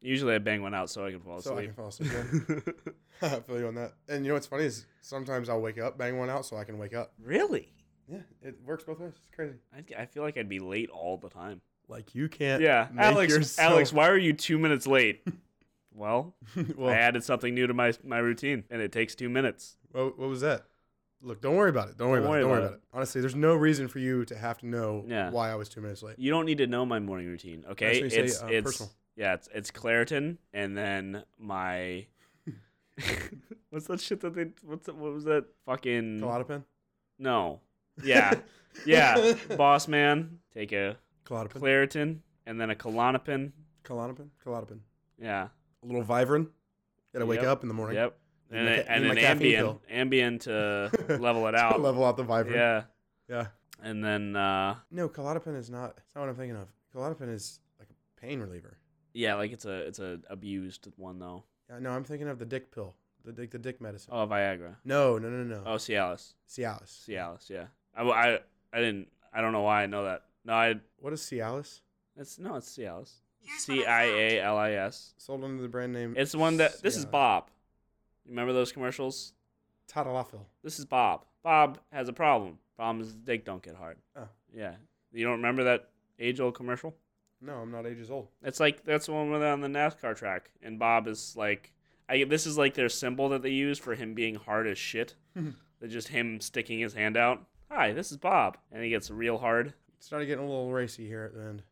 Speaker 2: Usually I bang one out so I can fall
Speaker 1: so I
Speaker 2: asleep.
Speaker 1: can fall asleep. Yeah. I feel you on that. And you know what's funny is sometimes I'll wake up, bang one out so I can wake up.
Speaker 2: really?
Speaker 1: Yeah, it works both ways. It's crazy.
Speaker 2: I'd, I feel like I'd be late all the time.
Speaker 1: Like you can't.
Speaker 2: Yeah,
Speaker 1: make
Speaker 2: Alex.
Speaker 1: yourself-
Speaker 2: Alex, why are you two minutes late? well,
Speaker 1: well,
Speaker 2: I added something new to my my routine, and it takes two minutes.
Speaker 1: What, what was that? Look, don't worry about it. Don't worry
Speaker 2: Don't
Speaker 1: about it.
Speaker 2: worry
Speaker 1: Don't worry
Speaker 2: about
Speaker 1: about it. Honestly, there's no reason for you to have to know
Speaker 2: Yeah.
Speaker 1: why I was two minutes late.
Speaker 2: You don't need to know my morning routine, okay?
Speaker 1: Actually, say,
Speaker 2: it's
Speaker 1: uh,
Speaker 2: it's
Speaker 1: personal.
Speaker 2: yeah, it's it's Claritin and then my what's that shit that they what's that, what was that fucking
Speaker 1: Clonopin?
Speaker 2: no yeah yeah boss man take a
Speaker 1: Clonopin?
Speaker 2: Claritin and then a Klonopin
Speaker 1: Clonopin? Clonopin.
Speaker 2: yeah
Speaker 1: A little Vivarin. Gotta wake
Speaker 2: Yep.
Speaker 1: up in the morning.
Speaker 2: yep
Speaker 1: Need
Speaker 2: and,
Speaker 1: my
Speaker 2: a-
Speaker 1: ca-
Speaker 2: and
Speaker 1: need
Speaker 2: an
Speaker 1: my caffeine
Speaker 2: Ambien Ambien to level it out
Speaker 1: Level out the Vivarin.
Speaker 2: yeah
Speaker 1: Yeah.
Speaker 2: and then uh
Speaker 1: No, Clonopin is not. That's not what I'm thinking of. Clonopin is like a pain reliever.
Speaker 2: yeah like it's a it's a abused one though
Speaker 1: Yeah, no, I'm thinking of the dick pill. The dick, the dick medicine.
Speaker 2: oh Viagra
Speaker 1: No, no, no, no.
Speaker 2: oh Cialis
Speaker 1: Cialis.
Speaker 2: Cialis, yeah. I, I I didn't. I don't know why I know that. No, I.
Speaker 1: What is Cialis?
Speaker 2: It's no, it's Cialis.
Speaker 3: Here's what I
Speaker 2: C I A L I S.
Speaker 1: Sold under the brand name.
Speaker 2: It's the one that. This is
Speaker 1: Cialis.
Speaker 2: Bob. You remember those commercials?
Speaker 1: Tadalafil.
Speaker 2: This is Bob. Bob has a problem. Problem is his dick don't get hard.
Speaker 1: Oh.
Speaker 2: Yeah. You don't remember that age old commercial?
Speaker 1: No, I'm not ages old.
Speaker 2: It's like that's the one where they're on the NASCAR track, and Bob is like, I this is like their symbol that they use for him being hard as shit.
Speaker 1: Hmm.
Speaker 2: It's just him sticking his hand out. Hi, this is Bob, and he gets real hard.
Speaker 1: Started getting a little racy here at the end.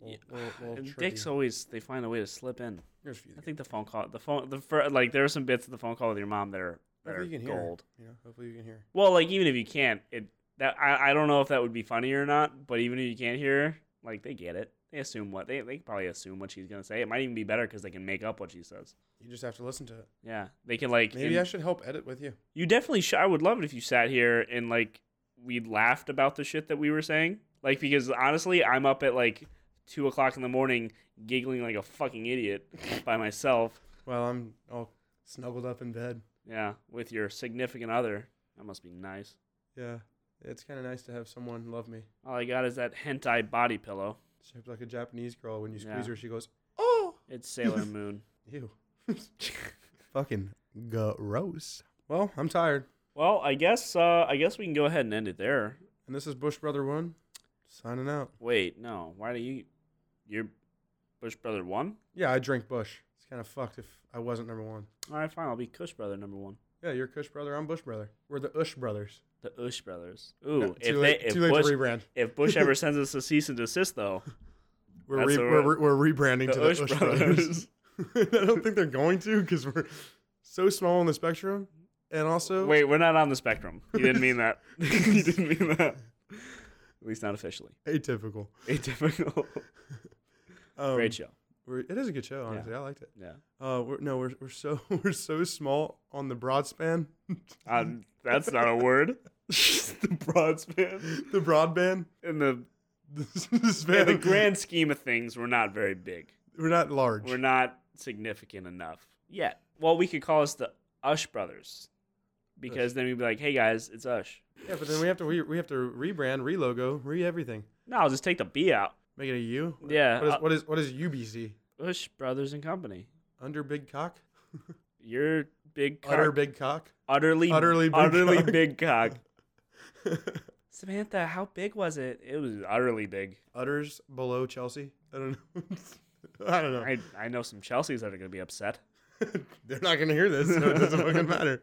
Speaker 2: Yeah.
Speaker 1: Little- little- little
Speaker 2: And
Speaker 1: trippy.
Speaker 2: dicks always they find a way to slip in.
Speaker 1: Here's a few.
Speaker 2: I think the phone call, the phone, the fir- like there are some bits of the phone call with your mom that are that are
Speaker 1: Hopefully you can
Speaker 2: gold.
Speaker 1: hear. You know, hopefully you can hear.
Speaker 2: Well, like even if you can't, it that I, I don't know if that would be funny or not. But even if you can't hear, like they get it. They assume what they they probably assume what she's gonna say. It might even be better because they can make up what she says.
Speaker 1: You just have to listen to it.
Speaker 2: Yeah, they can like.
Speaker 1: Maybe
Speaker 2: and
Speaker 1: I should help edit with you.
Speaker 2: you definitely. Sh- I would love it if you sat here and like we laughed about the shit that we were saying. Like because honestly, I'm up at like two o'clock in the morning giggling like a fucking idiot by myself.
Speaker 1: Well, I'm all snuggled up in bed.
Speaker 2: Yeah, with your significant other. That must be nice.
Speaker 1: Yeah, it's kind of nice to have someone love me.
Speaker 2: All I got is that hentai body pillow.
Speaker 1: Shaped like a Japanese girl. When you squeeze
Speaker 2: Yeah.
Speaker 1: her, she goes, "Oh,
Speaker 2: It's Sailor Moon.
Speaker 1: ew." Fucking gross. Well, I'm tired.
Speaker 2: Well, I guess uh, I guess we can go ahead and end it there.
Speaker 1: And this is Bush Brother One, signing out.
Speaker 2: Wait, no. Why do you? You're Bush Brother One.
Speaker 1: Yeah, I drink Bush. It's kind of fucked if I wasn't number one.
Speaker 2: All right, fine. I'll be Kush Brother number one.
Speaker 1: Yeah, you're Kush Brother. I'm Bush Brother. We're the Ush Brothers.
Speaker 2: The Ush Brothers. Ooh,
Speaker 1: No,
Speaker 2: if
Speaker 1: too late,
Speaker 2: they, if
Speaker 1: too late
Speaker 2: Bush
Speaker 1: to rebrand.
Speaker 2: if Bush ever sends us a cease and desist though,
Speaker 1: We're,
Speaker 2: That's
Speaker 1: re-
Speaker 2: what
Speaker 1: we're, we're, we're rebranding
Speaker 2: the
Speaker 1: to the
Speaker 2: Ush
Speaker 1: Ush
Speaker 2: Brothers.
Speaker 1: Brothers. I don't think they're going to because we're so small on the spectrum. And also,
Speaker 2: Wait, we're not on the spectrum. You didn't mean that. you didn't mean that. At least not officially.
Speaker 1: atypical.
Speaker 2: Atypical.
Speaker 1: Um,
Speaker 2: Great show.
Speaker 1: We're, it is a good show, honestly. I liked it.
Speaker 2: Yeah.
Speaker 1: Uh, we're, no, we're, we're so we're so small on the broad span,
Speaker 2: Um, that's not a word. the broad span.
Speaker 1: the broadband,
Speaker 2: In the
Speaker 1: the, the
Speaker 2: in
Speaker 1: span.
Speaker 2: the grand scheme of things, we're not very big.
Speaker 1: We're not large.
Speaker 2: We're not significant enough yet. Well, we could call us the Ush Brothers, because then we'd be like, "Hey guys, it's Ush."
Speaker 1: yeah, but then we have to we, we have to rebrand, relogo, re everything.
Speaker 2: No, I'll just take the B out.
Speaker 1: Make it a U.
Speaker 2: Yeah,
Speaker 1: What is
Speaker 2: uh,
Speaker 1: what is what is UBC?
Speaker 2: Ush Brothers and Company.
Speaker 1: Under big cock.
Speaker 2: You're big cock.
Speaker 1: Utter big cock.
Speaker 2: utterly,
Speaker 1: utterly big
Speaker 2: utterly
Speaker 1: cock.
Speaker 2: big cock. Samantha, how big was it? It was utterly big.
Speaker 1: Utters below Chelsea. I don't know. I don't know.
Speaker 2: I, I know some Chelseas that are gonna be upset.
Speaker 1: They're not gonna hear this, so it doesn't fucking matter.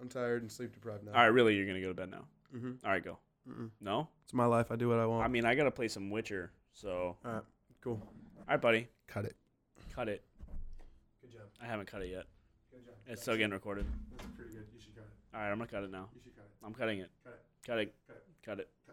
Speaker 1: I'm tired and sleep deprived now.
Speaker 2: All right, really, you're gonna go to bed now.
Speaker 1: Mhm.
Speaker 2: All right, go.
Speaker 1: Uh-huh. Mm-mm.
Speaker 2: No,
Speaker 1: It's my life. I do what I want.
Speaker 2: I mean I gotta play some Witcher. So, all
Speaker 1: All right, cool.
Speaker 2: right, buddy,
Speaker 1: Cut it.
Speaker 2: cut it.
Speaker 1: Good job.
Speaker 2: I haven't cut it yet.
Speaker 1: Good job.
Speaker 2: It's still getting recorded.
Speaker 1: That's pretty good. You should cut it.
Speaker 2: All right, I'm gonna cut it now.
Speaker 1: You should cut it.
Speaker 2: I'm cutting it.
Speaker 1: Cut it.
Speaker 2: Cut it.
Speaker 1: Cut it.
Speaker 2: Cut it.